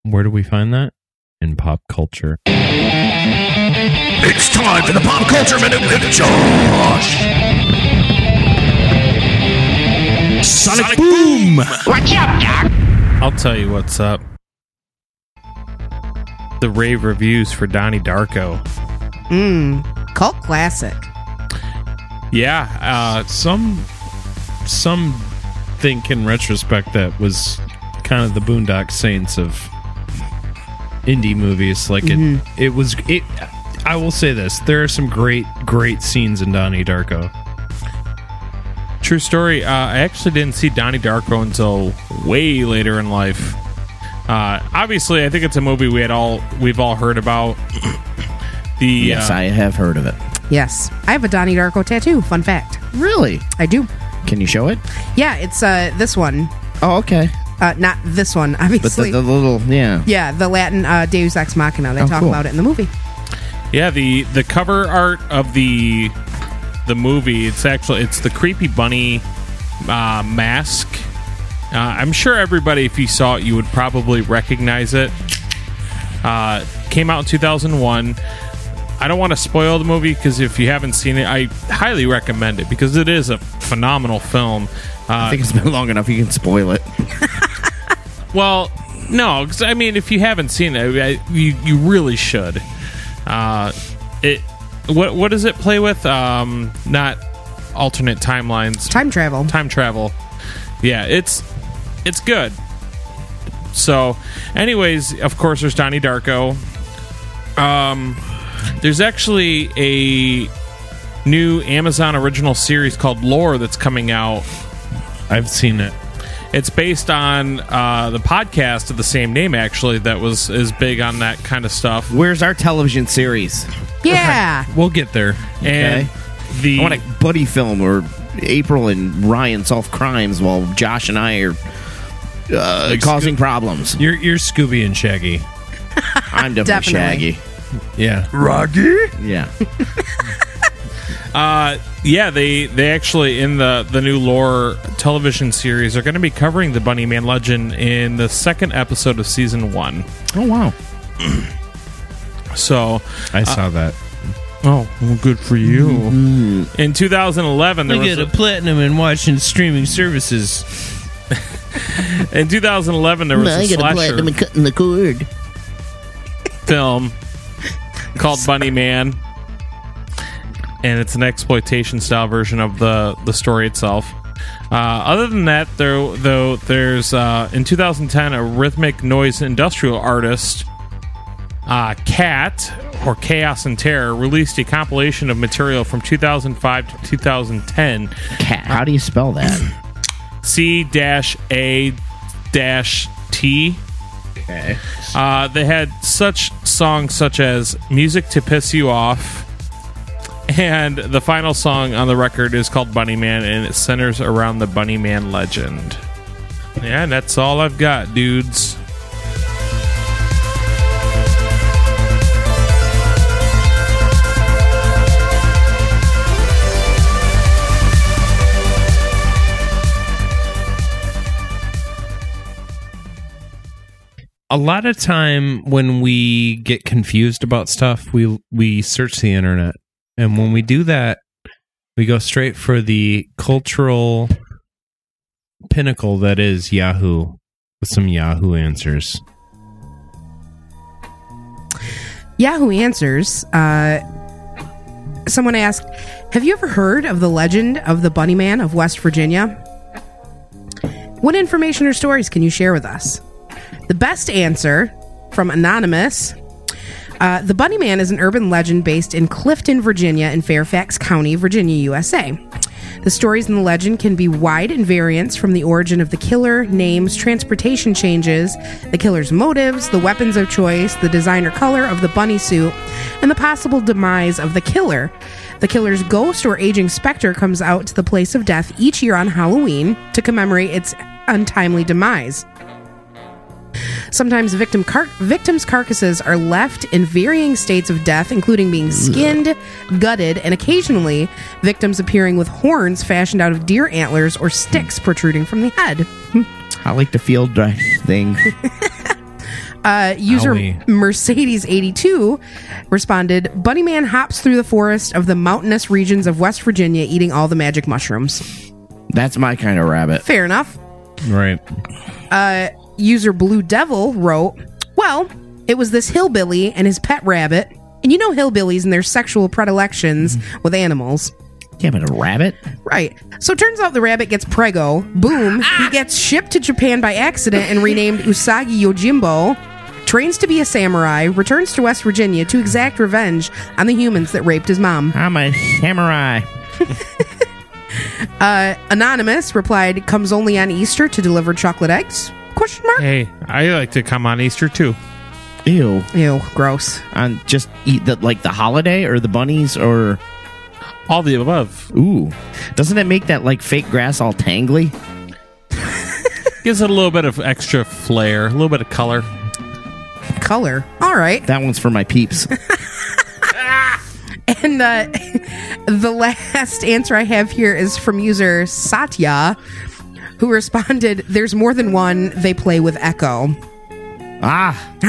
Speaker 3: Where do we find that? In pop culture.
Speaker 10: It's time for the Pop Culture Minute with Josh. Sonic, Boom!
Speaker 1: What's up, Doc?
Speaker 7: I'll tell you what's up. The rave reviews for Donnie Darko.
Speaker 6: Mm, cult classic.
Speaker 7: Yeah, uh, some some think in retrospect that was kind of the Boondock Saints of indie movies. Like it, it was. It. I will say this: there are some great, great scenes in Donnie Darko. True story. Uh, I actually didn't see Donnie Darko until way later in life. Uh, obviously, I think it's a movie we had all we've all heard about. (clears throat) the
Speaker 5: Yes,
Speaker 7: uh,
Speaker 5: I have heard of it.
Speaker 6: Yes. I have a Donnie Darko tattoo. Fun fact.
Speaker 5: Really?
Speaker 6: I do.
Speaker 5: Can you show it?
Speaker 6: Yeah, it's uh this one.
Speaker 5: Oh, okay.
Speaker 6: Uh, not this one,
Speaker 5: But
Speaker 6: (laughs)
Speaker 5: the,
Speaker 6: obviously.
Speaker 5: the little, yeah.
Speaker 6: yeah, the Latin uh, Deus Ex Machina. They
Speaker 5: Oh,
Speaker 6: talk
Speaker 5: cool.
Speaker 6: about it in the movie.
Speaker 7: Yeah, the the cover art of the the movie. It's actually it's the creepy bunny uh, mask. Uh, I'm sure everybody, if you saw it, you would probably recognize it. Uh, came out in 2001. I don't want to spoil the movie because if you haven't seen it, I highly recommend it because it is a phenomenal film. Uh,
Speaker 5: I think it's been long enough. You can spoil it.
Speaker 7: Well, no, 'cause, I mean, if you haven't seen it, I, you you really should. Uh, it what what does it play with? Um, not alternate timelines,
Speaker 6: Time travel.
Speaker 7: time travel. Yeah, it's it's good. So, anyways, of course, there's Donnie Darko. Um, there's actually a new Amazon original series called Lore that's coming out
Speaker 3: I've seen it.
Speaker 7: it's based on uh, the podcast of the same name, actually. That was is big on that kind of stuff.
Speaker 5: Where's our television series?
Speaker 6: Yeah.
Speaker 3: We'll get there.
Speaker 7: And the
Speaker 5: I want a buddy film where April and Ryan solve crimes while Josh and I are uh, causing problems.
Speaker 3: You're you're Scooby and Shaggy.
Speaker 5: I'm definitely,
Speaker 6: Definitely.
Speaker 5: Shaggy.
Speaker 3: Yeah.
Speaker 5: Yeah.
Speaker 7: uh, yeah, they they actually in the the new lore television series are going to be covering the Bunny Man legend in the second episode of season one.
Speaker 5: Oh wow.
Speaker 7: So,
Speaker 3: I saw that.
Speaker 7: oh, well, good for you.
Speaker 5: Mm-hmm.
Speaker 7: In 2011, there
Speaker 3: Look
Speaker 7: was
Speaker 3: at a
Speaker 7: a-
Speaker 3: platinum and watching streaming services.
Speaker 7: in 2011 there was a slasher
Speaker 5: cutting the cord.
Speaker 7: film called Bunny Man, and it's an exploitation style version of the the story itself. Uh, other than that, there though, there's uh, in 2010 a rhythmic noise industrial artist, uh, Cat or Chaos and Terror, released a compilation of material from 2005 to 2010.
Speaker 5: Cat. How do you spell that?
Speaker 7: C dash A dash T.
Speaker 5: okay.
Speaker 7: Uh, they had such songs such as "Music to Piss You Off," and the final song on the record is called "Bunny Man," and it centers around the Bunny Man legend. Yeah, and that's all I've got, dudes.
Speaker 3: a lot of time when we get confused about stuff, we we search the internet, and when we do that, we go straight for the cultural pinnacle that is Yahoo with some Yahoo answers.
Speaker 6: Yahoo Answers. Uh, someone asked, "Have you ever heard of the legend of the Bunny Man of West Virginia? What information or stories can you share with us?" The best answer from anonymous. Uh, the Bunny Man is an urban legend based in Clifton, Virginia, in Fairfax County, Virginia, USA. The stories in the legend can be wide in variance from the origin of the killer, names, transportation changes, the killer's motives, the weapons of choice, the designer color of the bunny suit, and the possible demise of the killer. The killer's ghost or aging specter comes out to the place of death each year on Halloween to commemorate its untimely demise. Sometimes victim car- victims' carcasses are left in varying states of death, including being skinned, gutted, and occasionally victims appearing with horns fashioned out of deer antlers or sticks protruding from the head.
Speaker 5: I like to feel dry (laughs) things.
Speaker 6: Uh, user
Speaker 3: Owie.
Speaker 6: Mercedes82 responded Bunny Man hops through the forest of the mountainous regions of West Virginia, eating all the magic mushrooms.
Speaker 5: That's my kind of rabbit.
Speaker 6: Fair enough.
Speaker 3: Right.
Speaker 6: user Blue Devil wrote, Well, it was this hillbilly and his pet rabbit. And you know hillbillies and their sexual predilections with animals.
Speaker 5: Damn it, a rabbit?
Speaker 6: Right. So turns out the rabbit gets prego. Boom. He gets shipped to Japan by accident and renamed Usagi Yojimbo. Trains to be a samurai, returns to West Virginia to exact revenge on the humans that raped his mom.
Speaker 5: I'm a samurai.
Speaker 6: Anonymous replied, comes only on Easter to deliver chocolate eggs? Question mark.
Speaker 11: Hey, I like to come on Easter too.
Speaker 5: Ew.
Speaker 6: Ew, gross.
Speaker 5: On just eat the like the holiday or the bunnies or
Speaker 11: All the above
Speaker 5: ooh. Doesn't it make that like fake grass all tangly?
Speaker 11: gives it a little bit of extra flair, a little bit of color.
Speaker 6: Color. All right.
Speaker 5: That one's for my (laughs) peeps.
Speaker 6: And uh, (laughs) the last answer I have here is from user Satya, who responded, There's more than one. They play with Echo.
Speaker 5: ah,
Speaker 6: (laughs)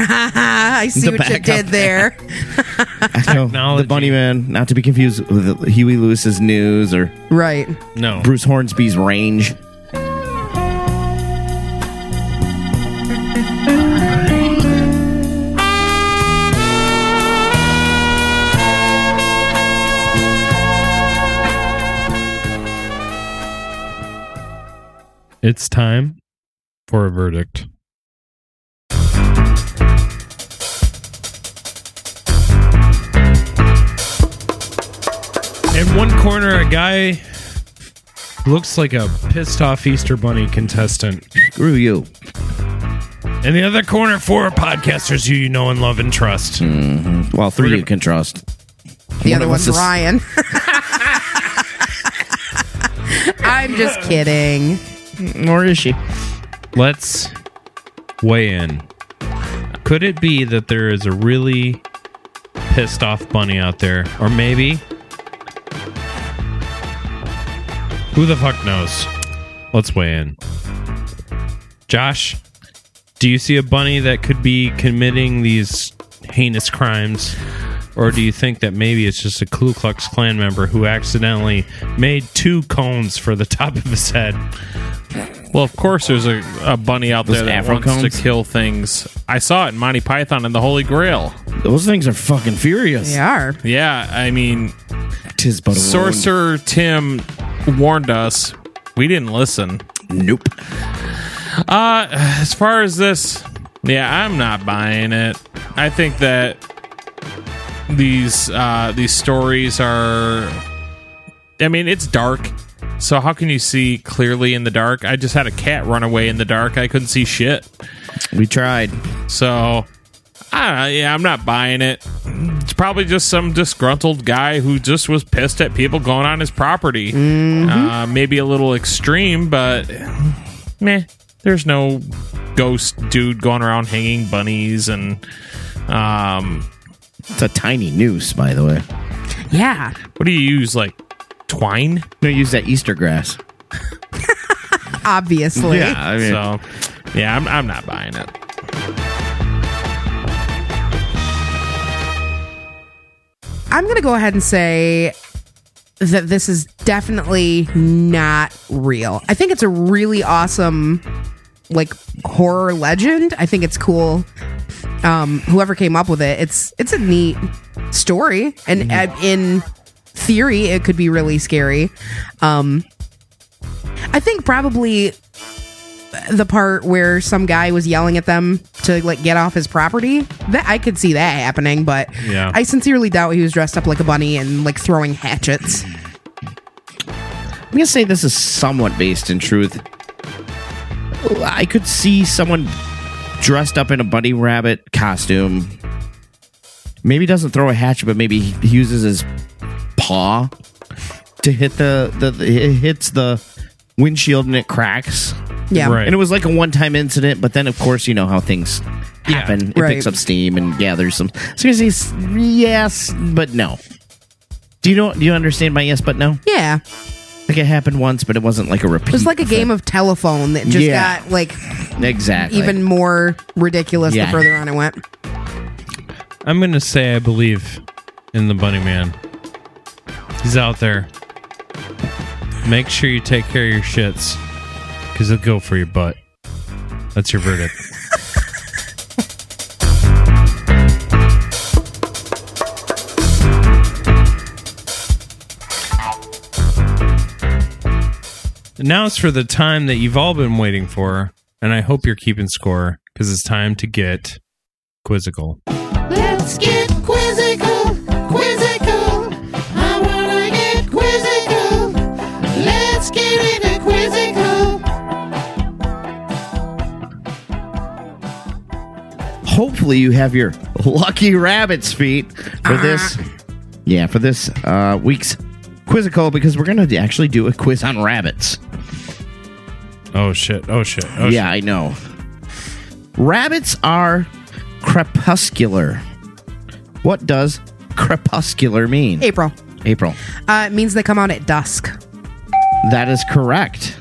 Speaker 6: I see
Speaker 5: The
Speaker 6: what you
Speaker 5: backup
Speaker 6: did there.
Speaker 5: I know.
Speaker 3: Technology.
Speaker 5: the bunny man, not to be confused with Huey Lewis's news or
Speaker 6: Right.
Speaker 3: No.
Speaker 5: Bruce Hornsby's range.
Speaker 3: It's time for a verdict. In one corner, a guy looks like a pissed off Easter Bunny contestant.
Speaker 5: Screw you.
Speaker 3: In the other corner, four podcasters who you know and love and trust.
Speaker 5: Well, three you can trust.
Speaker 6: The other
Speaker 5: of
Speaker 6: one's
Speaker 5: us is- (laughs)
Speaker 6: Ryan. I'm just kidding.
Speaker 5: Or is she?
Speaker 3: Let's weigh in. Could it be that there is a really pissed off bunny out there? Or maybe. Who the fuck knows? Let's weigh in. Josh, do you see a bunny that could be committing these heinous crimes? Or do you think that maybe it's just a Ku Klux Klan member who accidentally made two cones for the top of his head?
Speaker 11: Well, of course, there's a, a bunny out there
Speaker 5: Those
Speaker 11: that
Speaker 5: Afro
Speaker 11: wants
Speaker 5: cones?
Speaker 11: to kill things. I saw it in Monty Python and the Holy Grail.
Speaker 5: Those things are fucking furious.
Speaker 6: They are.
Speaker 11: Yeah, I mean,
Speaker 5: Tis but a wound.
Speaker 11: Sorcerer Tim warned us. We didn't listen.
Speaker 5: Nope.
Speaker 11: Uh, as far as this, yeah, I'm not buying it. I think that these uh, these stories are. I mean, it's dark, so how can you see clearly in the dark? I just had a cat run away in the dark. I couldn't see shit.
Speaker 5: We tried.
Speaker 11: So, I don't know, yeah, I'm not buying it. It's probably just some disgruntled guy who just was pissed at people going on his property.
Speaker 5: Mm-hmm.
Speaker 11: Uh, maybe a little extreme, but meh. There's no ghost dude going around hanging bunnies and um,
Speaker 5: It's a tiny noose, by the way.
Speaker 6: Yeah.
Speaker 11: what do you use like twine?
Speaker 5: No, use that Easter grass.
Speaker 6: Obviously.
Speaker 5: I mean,
Speaker 11: So, yeah, I'm, I'm not buying it.
Speaker 6: I'm going to go ahead and say that this is definitely not real. I think it's a really awesome like horror legend. I think it's cool. Um whoever came up with it, it's it's a neat story and uh, in theory it could be really scary. Um I think probably the part where some guy was yelling at them to like get off his property. That I could see that happening, but
Speaker 7: Yeah.
Speaker 6: I sincerely doubt he was dressed up like a bunny and like throwing hatchets.
Speaker 5: I'm gonna say this is somewhat based in truth. I could see someone dressed up in a bunny rabbit costume. Maybe doesn't throw a hatchet, but maybe he uses his paw to hit the the, the it hits the windshield and it cracks.
Speaker 6: Yeah.
Speaker 5: And it was like a one time incident, but then of course you know how things happen. it
Speaker 6: Right.
Speaker 5: picks up steam and gathers some. So you're gonna say s- yes, but no. Do you know? Do you understand my yes, but no?
Speaker 6: Yeah.
Speaker 5: Like it happened once, but it wasn't like a repeat.
Speaker 6: It was like a game of telephone that just
Speaker 5: Yeah.
Speaker 6: got like
Speaker 5: exactly.
Speaker 6: even more ridiculous
Speaker 5: Yeah.
Speaker 6: the further on it went.
Speaker 3: I'm gonna say I believe in the Bunny Man. He's out there. Make sure you take care of your shits, because he'll go for your butt. That's your verdict. now it's for the time that you've all been waiting for, and I hope you're keeping score because it's time to get quizzical.
Speaker 12: Let's get quizzical, quizzical. I wanna get quizzical. Let's get into quizzical.
Speaker 5: Hopefully, you have your lucky rabbit's feet for
Speaker 6: Ah.
Speaker 5: this. Yeah, for this uh, week's quizzical because we're gonna actually do a quiz on rabbits.
Speaker 3: Oh shit! Oh shit! Oh
Speaker 5: yeah, I know. Rabbits are crepuscular. What does crepuscular mean?
Speaker 6: April.
Speaker 5: April.
Speaker 6: Uh, it means they come out at dusk.
Speaker 5: That is correct.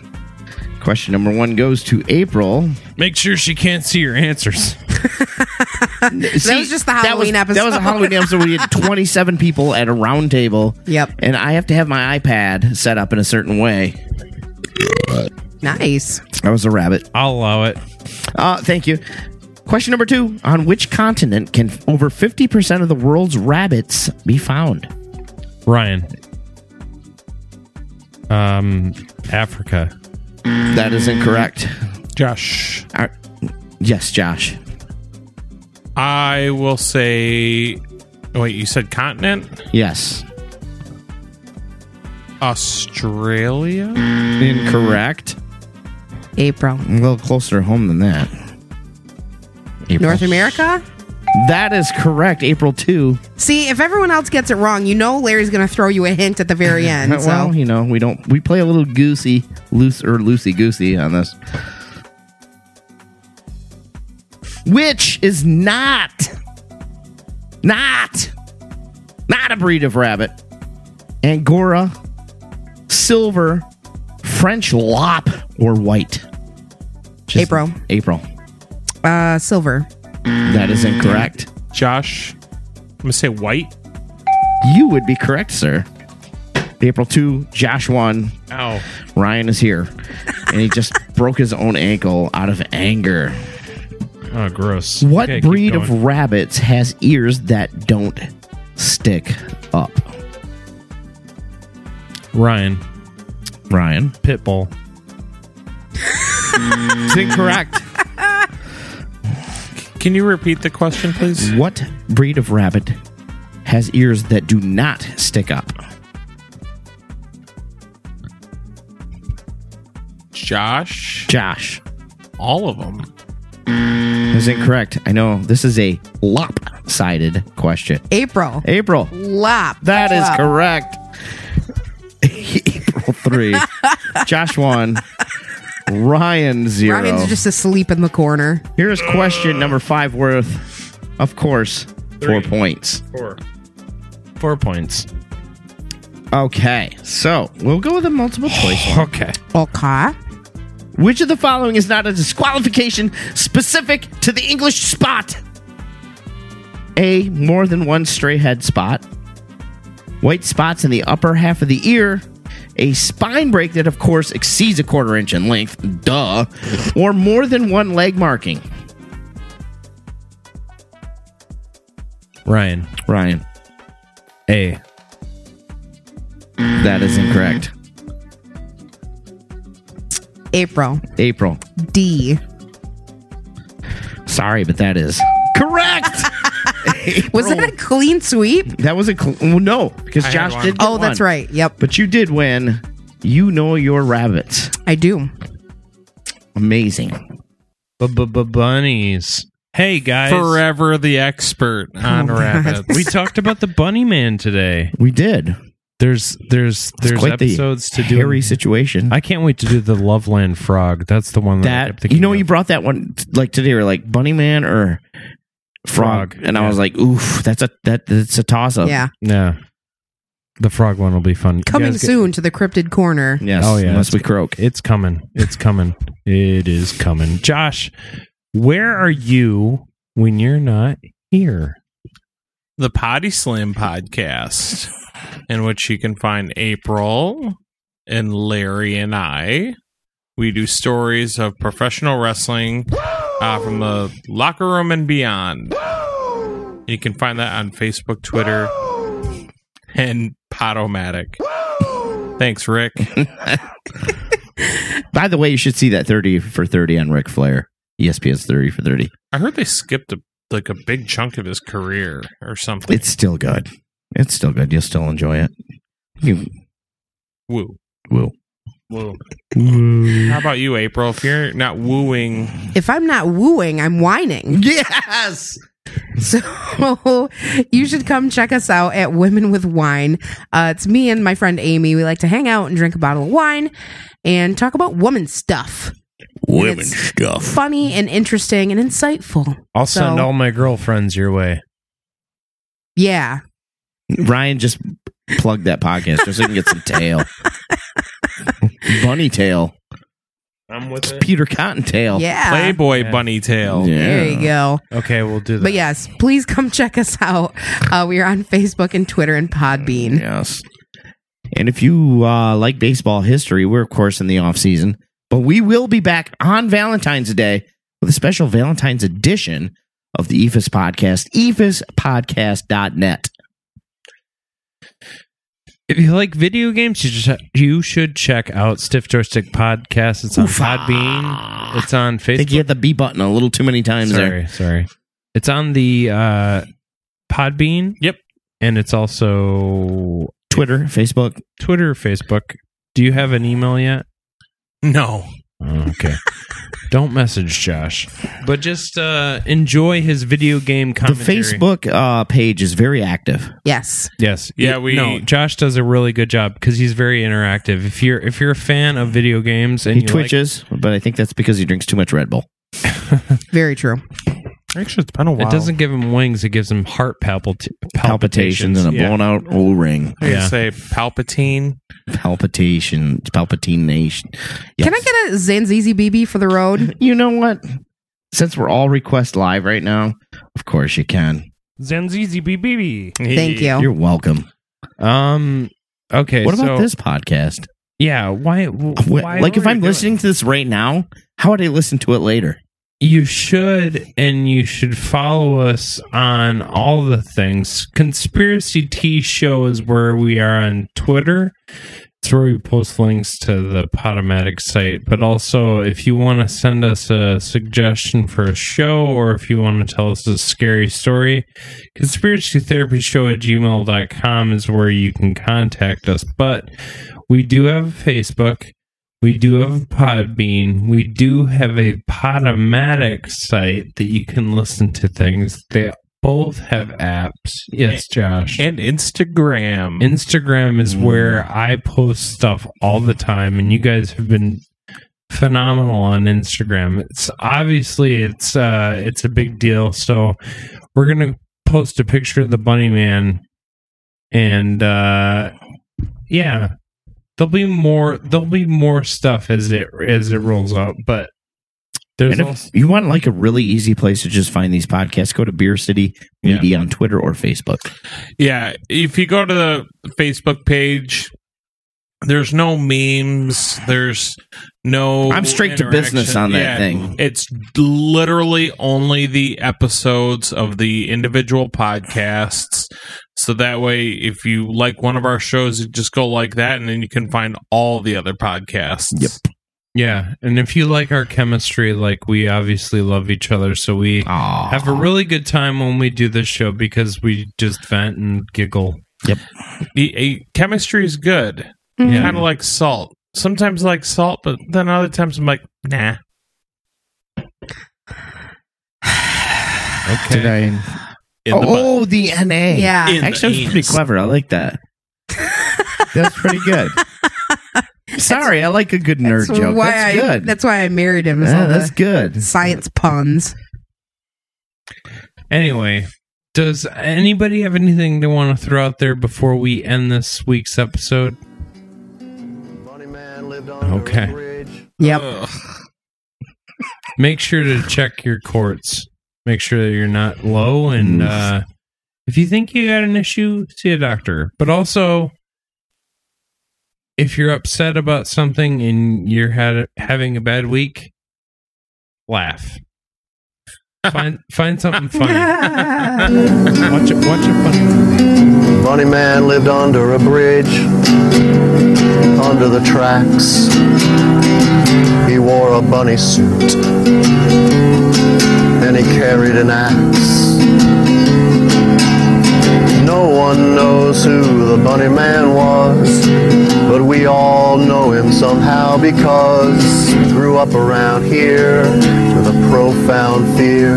Speaker 5: Question number one goes to April.
Speaker 3: Make sure she can't see your answers. (laughs)
Speaker 6: that was just the
Speaker 5: that was-
Speaker 6: Halloween episode.
Speaker 5: That was a Halloween episode. We
Speaker 6: (laughs)
Speaker 5: had 27 people at a round table.
Speaker 6: Yep.
Speaker 5: And I have to have my iPad set up in a certain way.
Speaker 6: nice.
Speaker 5: That was a rabbit.
Speaker 3: I'll allow it.
Speaker 5: Uh, thank you. Question number two On which continent can over 50% of the world's rabbits be found?
Speaker 3: Ryan. Um, Africa.
Speaker 5: That is incorrect.
Speaker 11: Josh.
Speaker 5: Uh, Mm. yes, Josh.
Speaker 11: I will say. oh, Wait, you said continent?
Speaker 5: Yes.
Speaker 11: Australia?
Speaker 5: Incorrect.
Speaker 6: April.
Speaker 5: A little closer home than that. April.
Speaker 6: North America?
Speaker 5: That is correct. April 2.
Speaker 6: See, if everyone else gets it wrong, you know Larry's going to throw you a hint at
Speaker 5: (laughs)
Speaker 6: the very (laughs) end.
Speaker 5: Uh,
Speaker 6: so
Speaker 5: well, you know, we don't we play a little goosey loose or loosey goosey on this. Which is not not not a breed of rabbit. Angora, silver, French lop, or white. Just-
Speaker 6: April.
Speaker 5: April.
Speaker 6: uh, silver.
Speaker 5: That is incorrect.
Speaker 11: Josh? I'm going to say white.
Speaker 5: You would be correct, sir. April 2, Josh 1,
Speaker 11: Ow.
Speaker 5: Ryan is here, and he
Speaker 6: (laughs)
Speaker 5: just broke his own ankle out of anger.
Speaker 3: Oh, gross.
Speaker 5: What
Speaker 3: Okay, keep
Speaker 5: breed of
Speaker 3: going.
Speaker 5: rabbits has ears that don't stick up?
Speaker 3: Ryan?
Speaker 5: Ryan,
Speaker 3: Pitbull.
Speaker 5: it's incorrect.
Speaker 11: Can you repeat the question, please?
Speaker 5: what breed of rabbit has ears that do not stick up?
Speaker 11: Josh?
Speaker 5: Josh
Speaker 11: All of them.
Speaker 5: is incorrect. I know this is a lopsided question.
Speaker 6: April.
Speaker 5: April,
Speaker 6: Lop.
Speaker 5: that is
Speaker 6: Lop.
Speaker 5: correct. (laughs) April three,
Speaker 6: (laughs)
Speaker 5: Josh one, Ryan zero.
Speaker 6: Ryan's just asleep in the corner.
Speaker 5: Here's question number five worth, of course, four points.
Speaker 3: Four. Four points.
Speaker 5: Okay, so we'll go with a multiple choice. one.
Speaker 3: Okay.
Speaker 6: Okay.
Speaker 5: Which of the following is not a disqualification specific to the English spot? A. More than one stray head spot. white spots in the upper half of the ear, a spine break that, of course, exceeds a quarter inch in length, duh, or more than one leg marking.
Speaker 3: Ryan,
Speaker 5: Ryan,
Speaker 3: A.
Speaker 5: that is incorrect.
Speaker 6: April.
Speaker 5: April,
Speaker 6: D.
Speaker 5: sorry, but that is correct.
Speaker 6: Was that a clean sweep?
Speaker 5: That was a cl- well, no, because
Speaker 7: I had
Speaker 5: Josh
Speaker 7: one.
Speaker 5: did. get
Speaker 6: Oh, that's
Speaker 5: one.
Speaker 6: right. Yep.
Speaker 5: But you did win. You know your rabbits.
Speaker 6: I do.
Speaker 5: Amazing.
Speaker 3: Bunnies. Hey guys, Oh,
Speaker 7: Forever the expert on rabbits.
Speaker 3: we talked about the Bunny Man today.
Speaker 5: We did.
Speaker 3: There's there's there's
Speaker 5: quite the
Speaker 3: episodes to do.
Speaker 5: Hairy situation.
Speaker 3: I can't wait to do the Loveland Frog. That's the one that, I kept
Speaker 5: that
Speaker 3: thinking
Speaker 5: you know
Speaker 3: of.
Speaker 5: you brought that one like today or like bunny man or frog,
Speaker 3: Frog,
Speaker 5: and I
Speaker 3: yeah.
Speaker 5: was like oof that's a that that's a toss up
Speaker 6: Yeah.
Speaker 3: Yeah. The frog one will be fun. You
Speaker 6: Coming
Speaker 3: guys get-
Speaker 6: soon to the cryptid corner.
Speaker 5: yes
Speaker 3: Oh, yeah.
Speaker 5: unless we croak
Speaker 3: It's coming. It's coming. it is coming. Josh, where are you when you're not here?
Speaker 7: the Potty Slam podcast, in which you can find April and Larry and I. We do stories of professional wrestling uh, from the locker room and beyond. You can find that on Facebook, Twitter, and Podomatic. Thanks, Rick.
Speaker 5: by the way you should see that thirty for thirty on Ric Flair E ESPN's thirty for thirty
Speaker 7: I heard they skipped a, like a big chunk of his career or something.
Speaker 5: it's still good it's still good you'll still enjoy it you
Speaker 7: Woo.
Speaker 5: will
Speaker 7: Woo. How about you, April? If you're not wooing
Speaker 6: If I'm not wooing, I'm
Speaker 3: (laughs)
Speaker 6: whining.
Speaker 5: yes
Speaker 6: So you should come check us out at Women with Wine. Uh, it's me and my friend Amy. We like to hang out and drink a bottle of wine and talk about woman stuff. Women stuff. Funny and interesting and insightful.
Speaker 3: I'll send
Speaker 6: So-
Speaker 3: all my girlfriends your way.
Speaker 6: Yeah.
Speaker 5: Ryan just plugged that podcast just so you can get some (laughs) tail bunny tail
Speaker 3: I'm with
Speaker 5: it's Peter Cottontail
Speaker 6: Yeah.
Speaker 7: Playboy
Speaker 3: Yeah.
Speaker 7: Bunny Tail.
Speaker 6: There you go.
Speaker 3: Okay, we'll do that.
Speaker 6: But yes, please come check us out. Uh, we are on Facebook and Twitter and Podbean.
Speaker 5: Yes. And if you uh, like baseball history, we're of course in the off season, but we will be back on Valentine's Day with a special Valentine's edition of the E EFIS podcast, E EFISpodcast.net.
Speaker 3: If you like video games, you just you should check out Stiff Joystick Podcast. It's on Podbean. It's on
Speaker 5: I think
Speaker 3: Facebook.
Speaker 5: you hit the B button a little too many times
Speaker 3: sorry,
Speaker 5: there.
Speaker 3: sorry. It's on the uh, Podbean.
Speaker 7: Yep.
Speaker 3: And it's also
Speaker 5: Twitter, Facebook.
Speaker 3: Twitter, Facebook. Do you have an email yet?
Speaker 7: No.
Speaker 3: Oh, okay. (laughs) Don't message Josh, but just uh, enjoy his video game commentary.
Speaker 5: The Facebook uh, page is very active.
Speaker 6: Yes.
Speaker 3: Yes.
Speaker 7: Yeah,
Speaker 3: You-
Speaker 7: we-
Speaker 3: No, Josh does a really good job because he's very interactive. If you're if you're a fan of video games and
Speaker 5: He
Speaker 3: you like-
Speaker 5: twitches, but I think that's because he drinks too much Red Bull.
Speaker 6: Very true.
Speaker 7: Actually, it's been a while.
Speaker 3: it doesn't give him wings; it gives him heart palpit-
Speaker 5: Palpitations,
Speaker 3: palpitations.
Speaker 5: and a
Speaker 3: yeah.
Speaker 5: blown out O ring.
Speaker 7: I
Speaker 3: yeah.
Speaker 7: say Palpatine.
Speaker 5: Palpitation, palpitine nation.
Speaker 6: Can I get a Zanzizi BB for the
Speaker 5: (laughs)
Speaker 6: road?
Speaker 5: you know what? Since we're all request live right now, of course you can.
Speaker 3: Zanzizi BBB.
Speaker 6: Thank you.
Speaker 5: You're welcome.
Speaker 3: Um. Okay.
Speaker 5: what about
Speaker 3: so-
Speaker 5: this podcast?
Speaker 3: Yeah. Why?
Speaker 5: Wh-
Speaker 3: why
Speaker 5: like,
Speaker 3: are
Speaker 5: if
Speaker 3: we
Speaker 5: I'm
Speaker 3: doing-
Speaker 5: listening to this right now, how would I listen to it later?
Speaker 3: you should and you should follow us on all the things conspiracy tea show is where we are on twitter it's where we post links to the podomatic site but also if you want to send us a suggestion for a show or if you want to tell us a scary story conspiracy therapy show at gmail.com is where you can contact us but we do have facebook we do have a Podbean. We do have a Podomatic site that you can listen to things. They both have apps. Yes, Josh.
Speaker 7: And Instagram.
Speaker 3: Instagram
Speaker 5: Mm.
Speaker 3: is where I post stuff all the time, and you guys have been phenomenal on Instagram. It's obviously it's uh it's a big deal. So we're gonna post a picture of the bunny man and uh yeah. There'll be more there'll be more stuff as it as it rolls out, but
Speaker 5: and if you want like a really easy place to just find these podcasts, go to Beer City
Speaker 7: Yeah.
Speaker 5: Media on Twitter or Facebook.
Speaker 7: Yeah, if you go to the Facebook page, there's no memes. There's no.
Speaker 5: I'm straight to business
Speaker 7: interaction.
Speaker 5: on that thing.
Speaker 7: It's literally only the episodes of the individual podcasts. So that way, if you like one of our shows, you just go like that, and then you can find all the other podcasts. Yep.
Speaker 3: Yeah, and if you like our chemistry, like we obviously love each other, so we have a really good time when we do this show because we just vent and giggle.
Speaker 5: Yep.
Speaker 7: eh, chemistry is good.
Speaker 6: Mm-hmm.
Speaker 3: Mhm.
Speaker 7: Kind of like salt. Sometimes I like salt, but then other times I'm like, nah.
Speaker 5: Okay. Did I?
Speaker 7: In
Speaker 5: oh,
Speaker 7: the butt.
Speaker 5: oh, the NA.
Speaker 6: Yeah. In
Speaker 5: Actually,
Speaker 6: the
Speaker 5: that was pretty
Speaker 7: anus.
Speaker 5: clever. I like that. That's pretty
Speaker 6: (laughs)
Speaker 5: good. Sorry, I like a good nerd
Speaker 6: That's
Speaker 5: joke.
Speaker 6: why
Speaker 5: That's
Speaker 6: I,
Speaker 5: good.
Speaker 6: That's why I married him. is
Speaker 5: Yeah,
Speaker 6: all the
Speaker 5: that's good.
Speaker 6: Science puns.
Speaker 3: Anyway, does anybody have anything they want to throw out there before we end this week's episode? Okay.
Speaker 6: Yep.
Speaker 5: Oh,
Speaker 3: Make sure to check your courts. Make sure that you're not low, and uh, if you think you got an issue, see a doctor. But also, if you're upset about something and you're had, having a bad week, laugh. Find find something funny. watch it. Watch it.
Speaker 9: Funny man lived under a bridge, under the tracks. He wore a bunny suit, and he carried an axe. No one knows who the bunny man was, but we all know him somehow because he grew up around here with a profound fear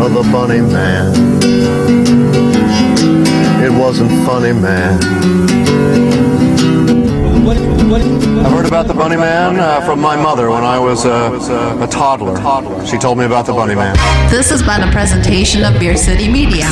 Speaker 9: of the bunny man. It wasn't funny, man.
Speaker 13: I've heard about the Bunny Man uh, from my mother when I was uh, a toddler. She told me about the Bunny Man.
Speaker 1: This has been a presentation of Beer City Media.